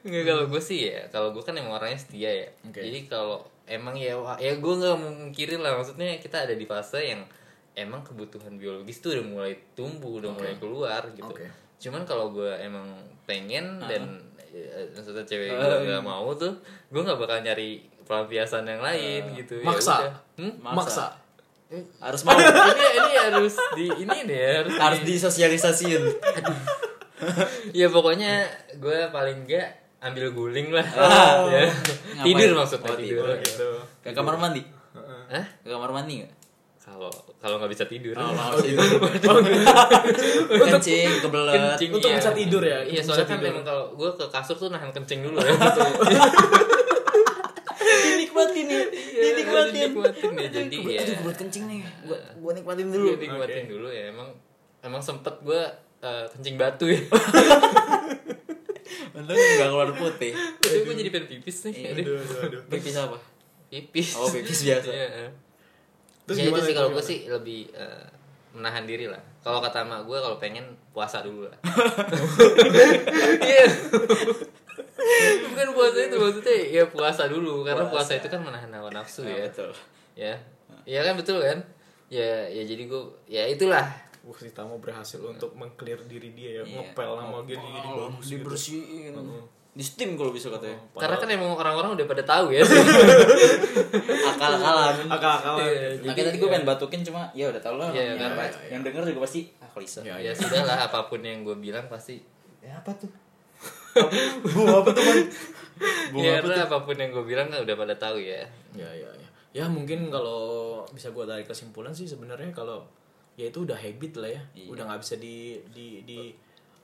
B: Nggak kalau gue sih ya, kalau gue kan emang orangnya setia ya.
A: Oke.
B: Jadi kalau emang ya wah, ya gue nggak mungkirin lah maksudnya kita ada di fase yang emang kebutuhan biologis tuh udah mulai tumbuh, udah mulai keluar gitu.
A: Oke.
B: Cuman kalau gue emang pengen dan eh, maksudnya cewek gue nggak mau tuh, gue nggak bakal nyari pelampiasan yang lain gitu. Ya
A: Maksa.
B: udah. Hmm?
A: Maksa.
C: harus mau
B: ini ini harus di ini nih harus,
C: harus
B: di-
C: disosialisasiin
B: ya pokoknya gue paling enggak ambil guling lah Ya.
C: Ngapain?
B: tidur maksudnya
C: Oh,
B: tidur,
C: tidur.
B: gitu
C: Ke kamar mandi?
B: Hah?
C: Ke kamar mandi nggak?
B: kalau kalau nggak bisa tidur
A: Oh.
C: Kencing, kebelet.
B: kencing
A: Untuk
B: iya.
A: bisa tidur ya,
B: iya
A: untuk bisa
B: soalnya kan
A: tidur.
B: memang kalau gue ke kasur tuh nahan kencing dulu ya
C: Dinikmatin nih.
B: Iya, dinikmatin ya jadi ya
C: Aduh, kebelet kencing nih. Gua gua nikmatin
B: Iya,
C: dulu.
B: dinikmatin dulu ya emang emang sempet gue kencing batu ya
C: Untung enggak keluar putih.
B: tapi gue jadi pengen pipis nih
C: Iya,
B: Aduh.
A: Aduh, aduh, aduh.
C: Pipis apa?
B: pipis
C: Oh, pipis biasa.
B: Iya, iya.
A: Terus
B: ya itu
A: gimana
B: sih
A: itu,
B: kalau gue
A: gimana?
B: sih lebih eh, menahan diri lah. Kalau kata emak gue kalau pengen puasa dulu lah. Iya. Bukan puasa itu maksudnya ya puasa dulu karena puasa, itu kan menahan hawa nafsu
C: Nah,
B: ya.
C: betul.
B: Ya. Iya kan betul kan? Ya ya jadi gue ya itulah.
A: Wah, si Tamo berhasil untuk meng-clear diri dia ya,
C: Iya.
A: ngepel lama gini jadi
C: Oh,
A: bagus gitu.
C: dibersihin. Di steam kalau bisa katanya.
B: Karena kan emang orang-orang udah pada tahu ya.
C: Akal-akalan.
A: akal-akalan.
B: Iya,
C: Makanya tadi gue pengen batukin cuma ya udah tau lah.
B: Iya,
C: yang,
B: karena-
C: yang denger juga pasti ah klise.
A: Iya.
B: ya sudah lah apapun yang gue bilang pasti ya apa tuh
C: Bunga apa tuh, Man? Bunga
B: ya
C: apa
B: karena apapun yang gue bilang kan udah pada tahu ya
A: Ya, ya, ya. Ya mungkin kalau bisa gua tarik kesimpulan sih sebenarnya kalau ya itu udah habit lah ya, udah nggak bisa di di di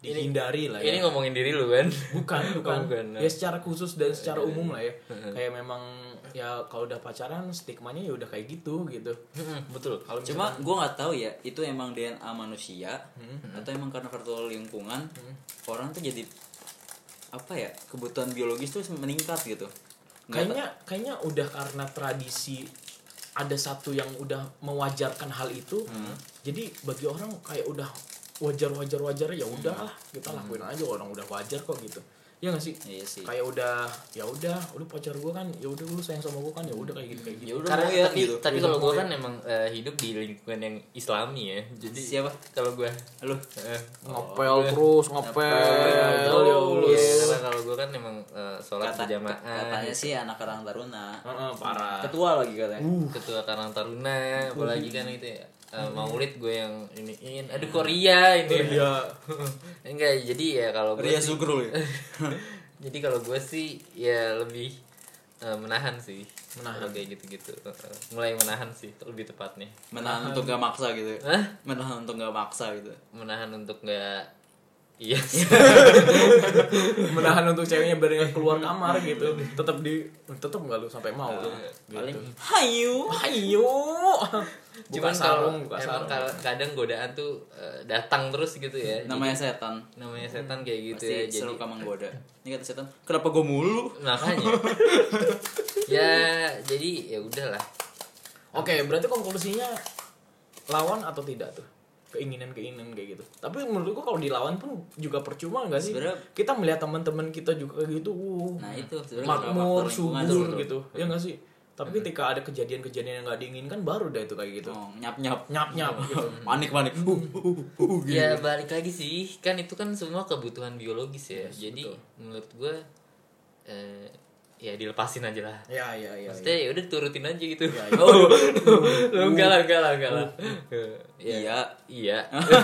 A: dihindari lah ya.
B: Iya. ini ngomongin diri lu kan
A: bukan bukan.
B: Oh, bukan.
A: Ya secara khusus dan secara umum lah ya. Kayak memang ya kalau udah pacaran stigmanya ya udah kayak gitu gitu.
B: betul
A: Kalau misalnya-
C: Cuma gue nggak tahu ya itu emang DNA manusia atau emang karena faktor lingkungan orang tuh jadi apa ya kebutuhan biologis tuh meningkat gitu. Nggak
A: kayaknya kayaknya udah karena tradisi ada satu yang udah mewajarkan hal itu jadi bagi orang kayak udah wajar wajar wajar ya udahlah kita lakuin aja orang udah wajar kok gitu ya nggak sih
C: ta- Iya sih.
A: kayak udah ya udah lu pacar gua kan ya udah lu sayang sama gua kan ya udah kayak gitu kayak
C: Ya
A: gitu
C: udah
B: karena
C: mau ya
B: tapi,
C: gitu.
B: tapi
A: Iya,
B: kalau
A: mau
B: gue
A: ya.
B: kan emang eh, hidup di lingkungan yang islami ya jadi
C: Siapa?
B: kalau eh, gue
C: Lu
A: ngepel terus
C: Eh,
A: ngepel
C: Ngepel,
A: ya
B: Iya,
A: Allah
B: karena kalau gue kan emang eh, sholat
C: kata
B: berjamaah
C: katanya sih anak karang taruna.
A: Heeh, parah
C: Ketua lagi katanya.
B: Uh. ketua karang taruna apalagi kan itu ya eh,
C: Hmm.
B: maulid gue yang iniin aduh Korea ini
A: iya
B: enggak jadi ya kalau gue
C: Ria Sugrul ya.
B: jadi kalau gue sih ya lebih eh, menahan sih
A: Menahan.
B: Kalau kayak gitu-gitu Eh, eh, mulai menahan sih lebih tepatnya
C: Menahan untuk gak maksa gitu.
B: Hah?
C: Menahan untuk gak maksa gitu.
B: menahan untuk nggak iya sih.
A: menahan untuk ceweknya biar nggak keluar kamar gitu tetap di tetap nggak lu sampai mau lu
C: Paling hayu.
A: Ayo. Buka
B: cuman
A: sarung,
B: kalau
A: buka
B: emang
A: sarung.
B: kalau- kadang godaan tuh eh, datang terus gitu ya
C: Namanya setan.
B: Jadi, namanya setan kayak gitu
C: Pasti
B: ya jadi
C: seru kamu menggoda. Ini kata setan. Kenapa gue mulu?
B: makanya ya jadi ya udahlah
A: Oke, berarti konklusinya lawan atau tidak tuh? keinginan-keinginan kayak gitu. Tapi menurut gua kalau dilawan pun juga percuma nggak sih?
C: Sebenernya-
A: Kita melihat teman-teman kita juga kayak gitu, uh,
C: Nah itu sebenarnya
A: makmur,
C: lingkungan
A: subur
C: tuh.
A: gitu, ya nggak sih? Tapi ketika ada kejadian-kejadian yang nggak diinginkan, baru dah itu kayak gitu.
C: Oh, nyap nyap.
A: Nyap-nyap gitu.
C: Panik panik. Uh, uh, uh, uh, gitu.
B: ya balik lagi sih kan itu kan semua kebutuhan biologis ya jadi menurut gue eh, ya dilepasin aja lah
A: Ya, ya, ya.
B: Maksudnya ya udah turutin aja gitu.
A: Ya, Uh, ya.
B: Oh, lu enggak lah, enggak lah, enggak lah. Ya,
C: Iya.
B: iya.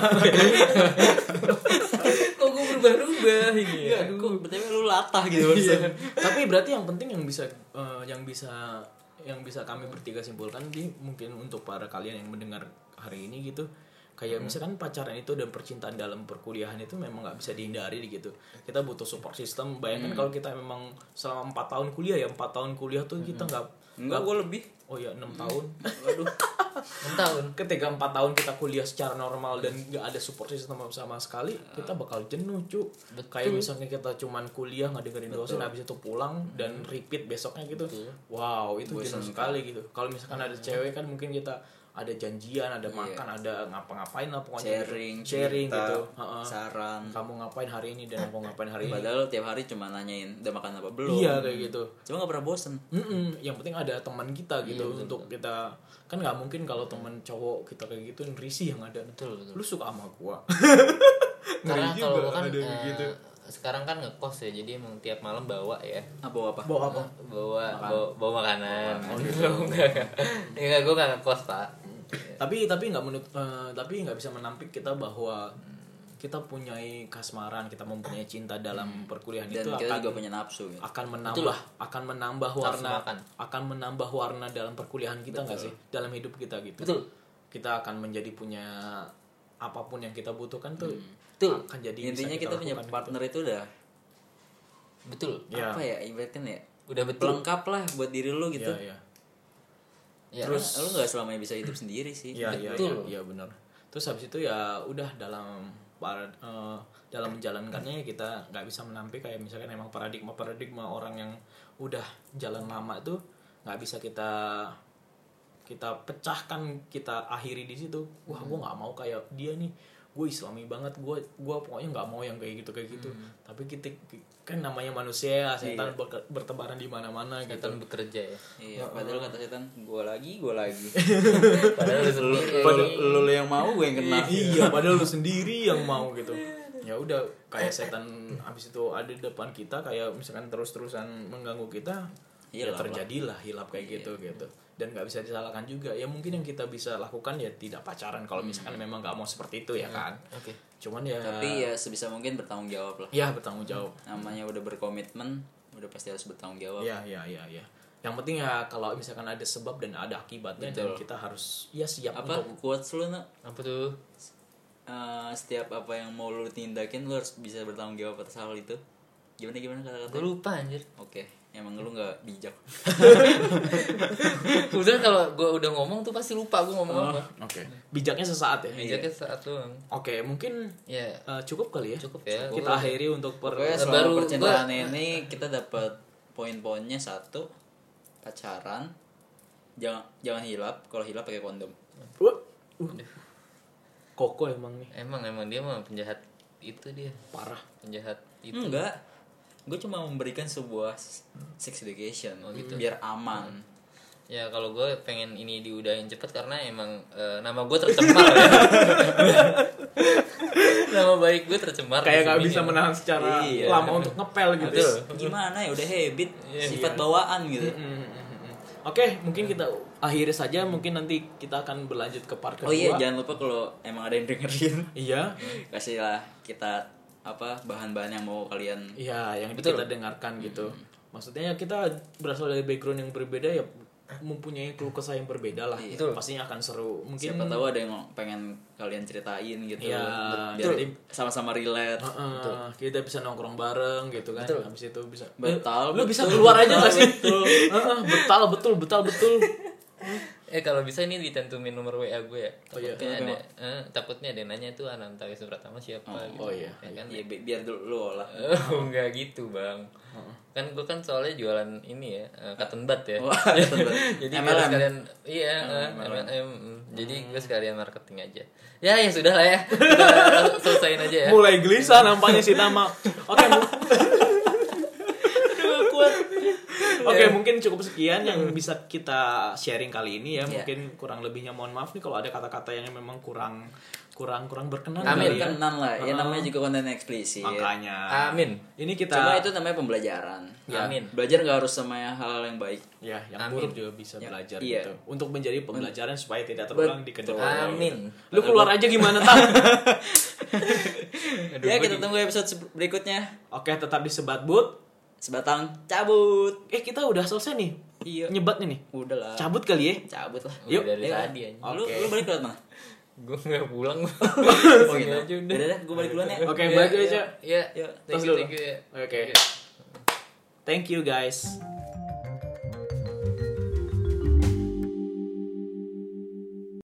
B: Kok gue berubah-ubah ini? ya?
C: Aduh, kok btw lu latah gitu barusan.
A: Tapi berarti yang penting yang bisa eh, yang bisa yang bisa kami bertiga simpulkan di mungkin untuk para kalian yang mendengar hari ini gitu kayak misalkan pacaran itu dan percintaan dalam perkuliahan itu memang nggak bisa dihindari gitu kita butuh support system bayangkan kalau kita memang selama empat tahun kuliah ya empat tahun kuliah tuh kita nggak
C: Enggak gue lebih.
A: oh ya enam tahun
B: Aduh. Enam tahun.
A: ketika empat tahun kita kuliah secara normal dan nggak ada support system sama sekali
C: Ah.
A: kita bakal jenuh cu kayak misalnya kita cuman kuliah nggak dengerin dosen habis itu pulang
C: Hmm.
A: dan repeat besoknya gitu wow itu jenuh sekali gitu kalau misalkan
C: Ah.
A: ada cewek kan mungkin kita ada janjian ada makan ada ngapa-ngapain lah pokoknya gitu.
C: Iya. Sharing,
A: sharing
C: cerita,
A: gitu Ha-ha.
C: Saran.
A: kamu ngapain hari ini dan aku ngapain hari ini
C: Padahal tiap hari cuma nanyain udah makan apa belum.
A: iya kayak gitu
C: Cuma gak pernah bosen.
A: Mm-mm, yang penting ada teman kita
B: Iya,
A: gitu untuk kita kan nggak mungkin kalau teman cowok kita kayak gitu yang risih yang ada
B: Betul, betul.
A: lu suka sama gua
B: Karena
A: Ngeri
B: kalau
A: juga
B: kan
A: ada yang
B: eh,
A: gitu.
B: sekarang kan ngekos ya, jadi emang tiap malam bawa ya.
C: Apa apa?
A: bawa apa
B: Bawa bawa, bawa makanan.
A: gitu.
B: Oh, enggak. Enggak, gue enggak ngekos, Pak. Hmm.
A: tapi tapi nggak menut eh, tapi nggak bisa menampik kita bahwa kita punyai kasmaran kita mempunyai cinta dalam
B: Hmm.
A: perkuliahan
C: dan
A: itu
C: kita
A: akan
C: juga punya nafsu gitu.
A: akan menambah akan menambah warna
B: makan.
A: akan menambah warna dalam perkuliahan kita nggak sih dalam hidup kita gitu
B: Betul.
A: kita akan menjadi punya apapun yang kita butuhkan tuh
B: Betul.
A: akan jadi bisa
C: Hmm. Intinya kita gitu. punya
A: lakukan.
C: partner itu udah
B: Betul.
A: ya
C: apa ya ibaratkan ya
B: Udah betul.
C: pelengkap lah buat diri lu gitu.
A: ya ya
C: iya.
B: Ya.
C: Terus lu nggak selamanya bisa hidup sendiri sih.
A: Iya iya iya
B: Betul.
A: iya, benar. Terus habis itu ya udah dalam par- eh, dalam menjalankannya ya kita nggak bisa menampik kayak misalkan emang paradigma paradigma orang yang udah jalan lama itu nggak bisa kita kita pecahkan kita akhiri di situ wah
B: Hmm.
A: gue nggak mau kayak dia nih gue islami banget gue gue pokoknya nggak mau yang kayak gitu kayak gitu
B: Hmm.
A: tapi kita kan namanya manusia ya, setan berke- bertebaran di mana-mana gitu
B: Iya. Setan bekerja ya.
C: Iya, padahal kata setan, gua lagi, gua lagi.
B: Padahal lu,
C: Padahal lu lu yang mau, gue yang kena.
A: iya padahal lu sendiri yang mau gitu ya udah kayak setan habis itu ada di depan kita kayak misalkan terus-terusan mengganggu kita ya
C: Hilap lah. Iya.
A: terjadilah hilap kayak gitu gitu dan nggak bisa disalahkan juga ya mungkin yang kita bisa lakukan ya tidak pacaran kalau misalkan memang nggak mau seperti itu ya kan
B: Oke.
A: cuman ya
C: Hmm. Iya. Tapi ya sebisa mungkin bertanggung jawab lah.
A: ya bertanggung jawab
C: Namanya udah berkomitmen, udah pasti harus bertanggung jawab.
A: ya ya ya ya yang penting ya kalau misalkan ada sebab dan ada akibatnya dan kita harus ya siap
C: Apa
A: untuk
C: quotes lu nak?
B: Apa tuh?
C: Eh, setiap apa yang mau lu tindakin lu harus bisa bertanggung jawab atas hal itu. Gimana gimana
B: Gue
C: kata-kata?
B: lupa anjir.
C: Oke, emang lu nggak bijak.
B: Udah kalau gue udah ngomong tuh pasti lupa gue
C: Oh,
B: ngomong apa.
A: Oh, oke bijaknya sesaat ya
B: Bijaknya saat lu.
A: oke mungkin
B: Ya.
A: eh, cukup kali ya
B: Cukup ya.
A: kita akhiri untuk per
C: Pokoknya
B: Baru-
C: selama
B: baru
C: percintaan ini kita dapat poin-poinnya satu pacaran jangan jangan hilap kalau hilap pakai kondom
A: Wah. Uh. Koko emang nih
B: Emang emang dia mah penjahat itu dia.
A: parah.
B: Penjahat itu.
A: Gitu.
C: enggak gue cuma memberikan sebuah s- sex education
A: Hmm.
C: gitu biar aman
B: Ya kalau gue pengen ini diudahin cepet karena emang eh, nama gue tercemar ya. nama baik gue tercemar.
A: Kayak nggak
B: nggak
A: bisa menahan secara
C: ya. Iya.
A: lama untuk ngepel gitu. Iya,
B: Betul.
C: gimana ya udah habit sifat bawaan gitu
A: Mm, mm, mm, mm. Oke, mungkin kita akhiri saja. Mungkin nanti kita akan berlanjut ke part kedua.
C: oh iya jangan lupa kalau emang ada yang dengerin
A: Iya.
C: kasihlah kita apa bahan-bahan yang mau kalian
A: Iya, yang kita dengarkan gitu. Maksudnya kita berasal dari background yang berbeda ya mempunyai keluh kesah yang berbeda lah. Pastinya akan seru. Mungkin
C: Iya.
A: eh,
C: siapa tahu ada yang pengen kalian ceritain gitu
A: Iya,
C: biar
A: betul.
C: sama-sama relate
A: Heeh, kita bisa nongkrong bareng gitu kan habis itu bisa
C: Betal,
A: Eh, lu bisa
C: betul,
A: keluar aja
C: betal,
A: nggak sih Heeh, betal betul betal betul
B: Eh kalau bisa ini ditentumin nomor WA gue ya.
A: Oh, iya.
B: Takutnya ada, eh, takutnya ada yang nanya itu Ananta Wisnu Pratama siapa gitu.
A: oh iya.
B: Ya kan?
C: Ya, bi- biar dulu lu olah.
B: Oh, enggak gitu, Bang.
A: Oh.
B: Kan gue kan soalnya jualan ini ya, eh, cotton bud ya.
A: Oh,
C: Wah, cotton bud.
B: Jadi
C: MLM.
B: gue sekalian iya, eh, MLM. mm. Jadi
A: Hmm.
B: gue sekalian marketing aja. Ya, ya sudah lah ya. Kita selesain aja ya.
A: mulai gelisah nampaknya si Tama oke mu- Oke mungkin cukup sekian yang bisa kita sharing kali ini ya mungkin kurang lebihnya mohon maaf nih kalau ada kata-kata yang memang kurang kurang kurang berkenan
C: Amin
A: kali ya.
C: kenan lah. Ya namanya juga konten eksplisit.
A: makanya
B: Amin.
A: ini kita
C: Cuma itu namanya pembelajaran. Nah,
B: Ya. Amin.
C: Belajar nggak harus sama hal yang baik.
A: ya yang buruk juga bisa belajar
C: iya.
A: gitu untuk menjadi pembelajaran supaya tidak terulang di kedepannya
B: Amin.
A: gitu. lu keluar aja gimana tam
C: ya kita tunggu episode se- berikutnya.
A: oke tetap di sebat but
C: Sebatang cabut.
A: eh kita udah selesai nih
C: Iya.
A: nyebat nih
C: Udah lah.
A: cabut kali ya
C: cabut lah.
B: Udah
A: Yuk,
B: Iya, dari
C: Ayo.
B: tadi anjing.
A: Oke.
C: Lu lu balik duluan mah.
B: Gue enggak pulang.
C: Oh gitu.
B: Aja udah.
C: Udah dah, gue balik duluan ya.
A: oke
B: Ya,
A: balik
B: ya,
A: aja
B: Ya,
C: Yuk,
B: thank
A: tos
B: you,
A: dulu.
B: thank you ya.
A: oke thank you guys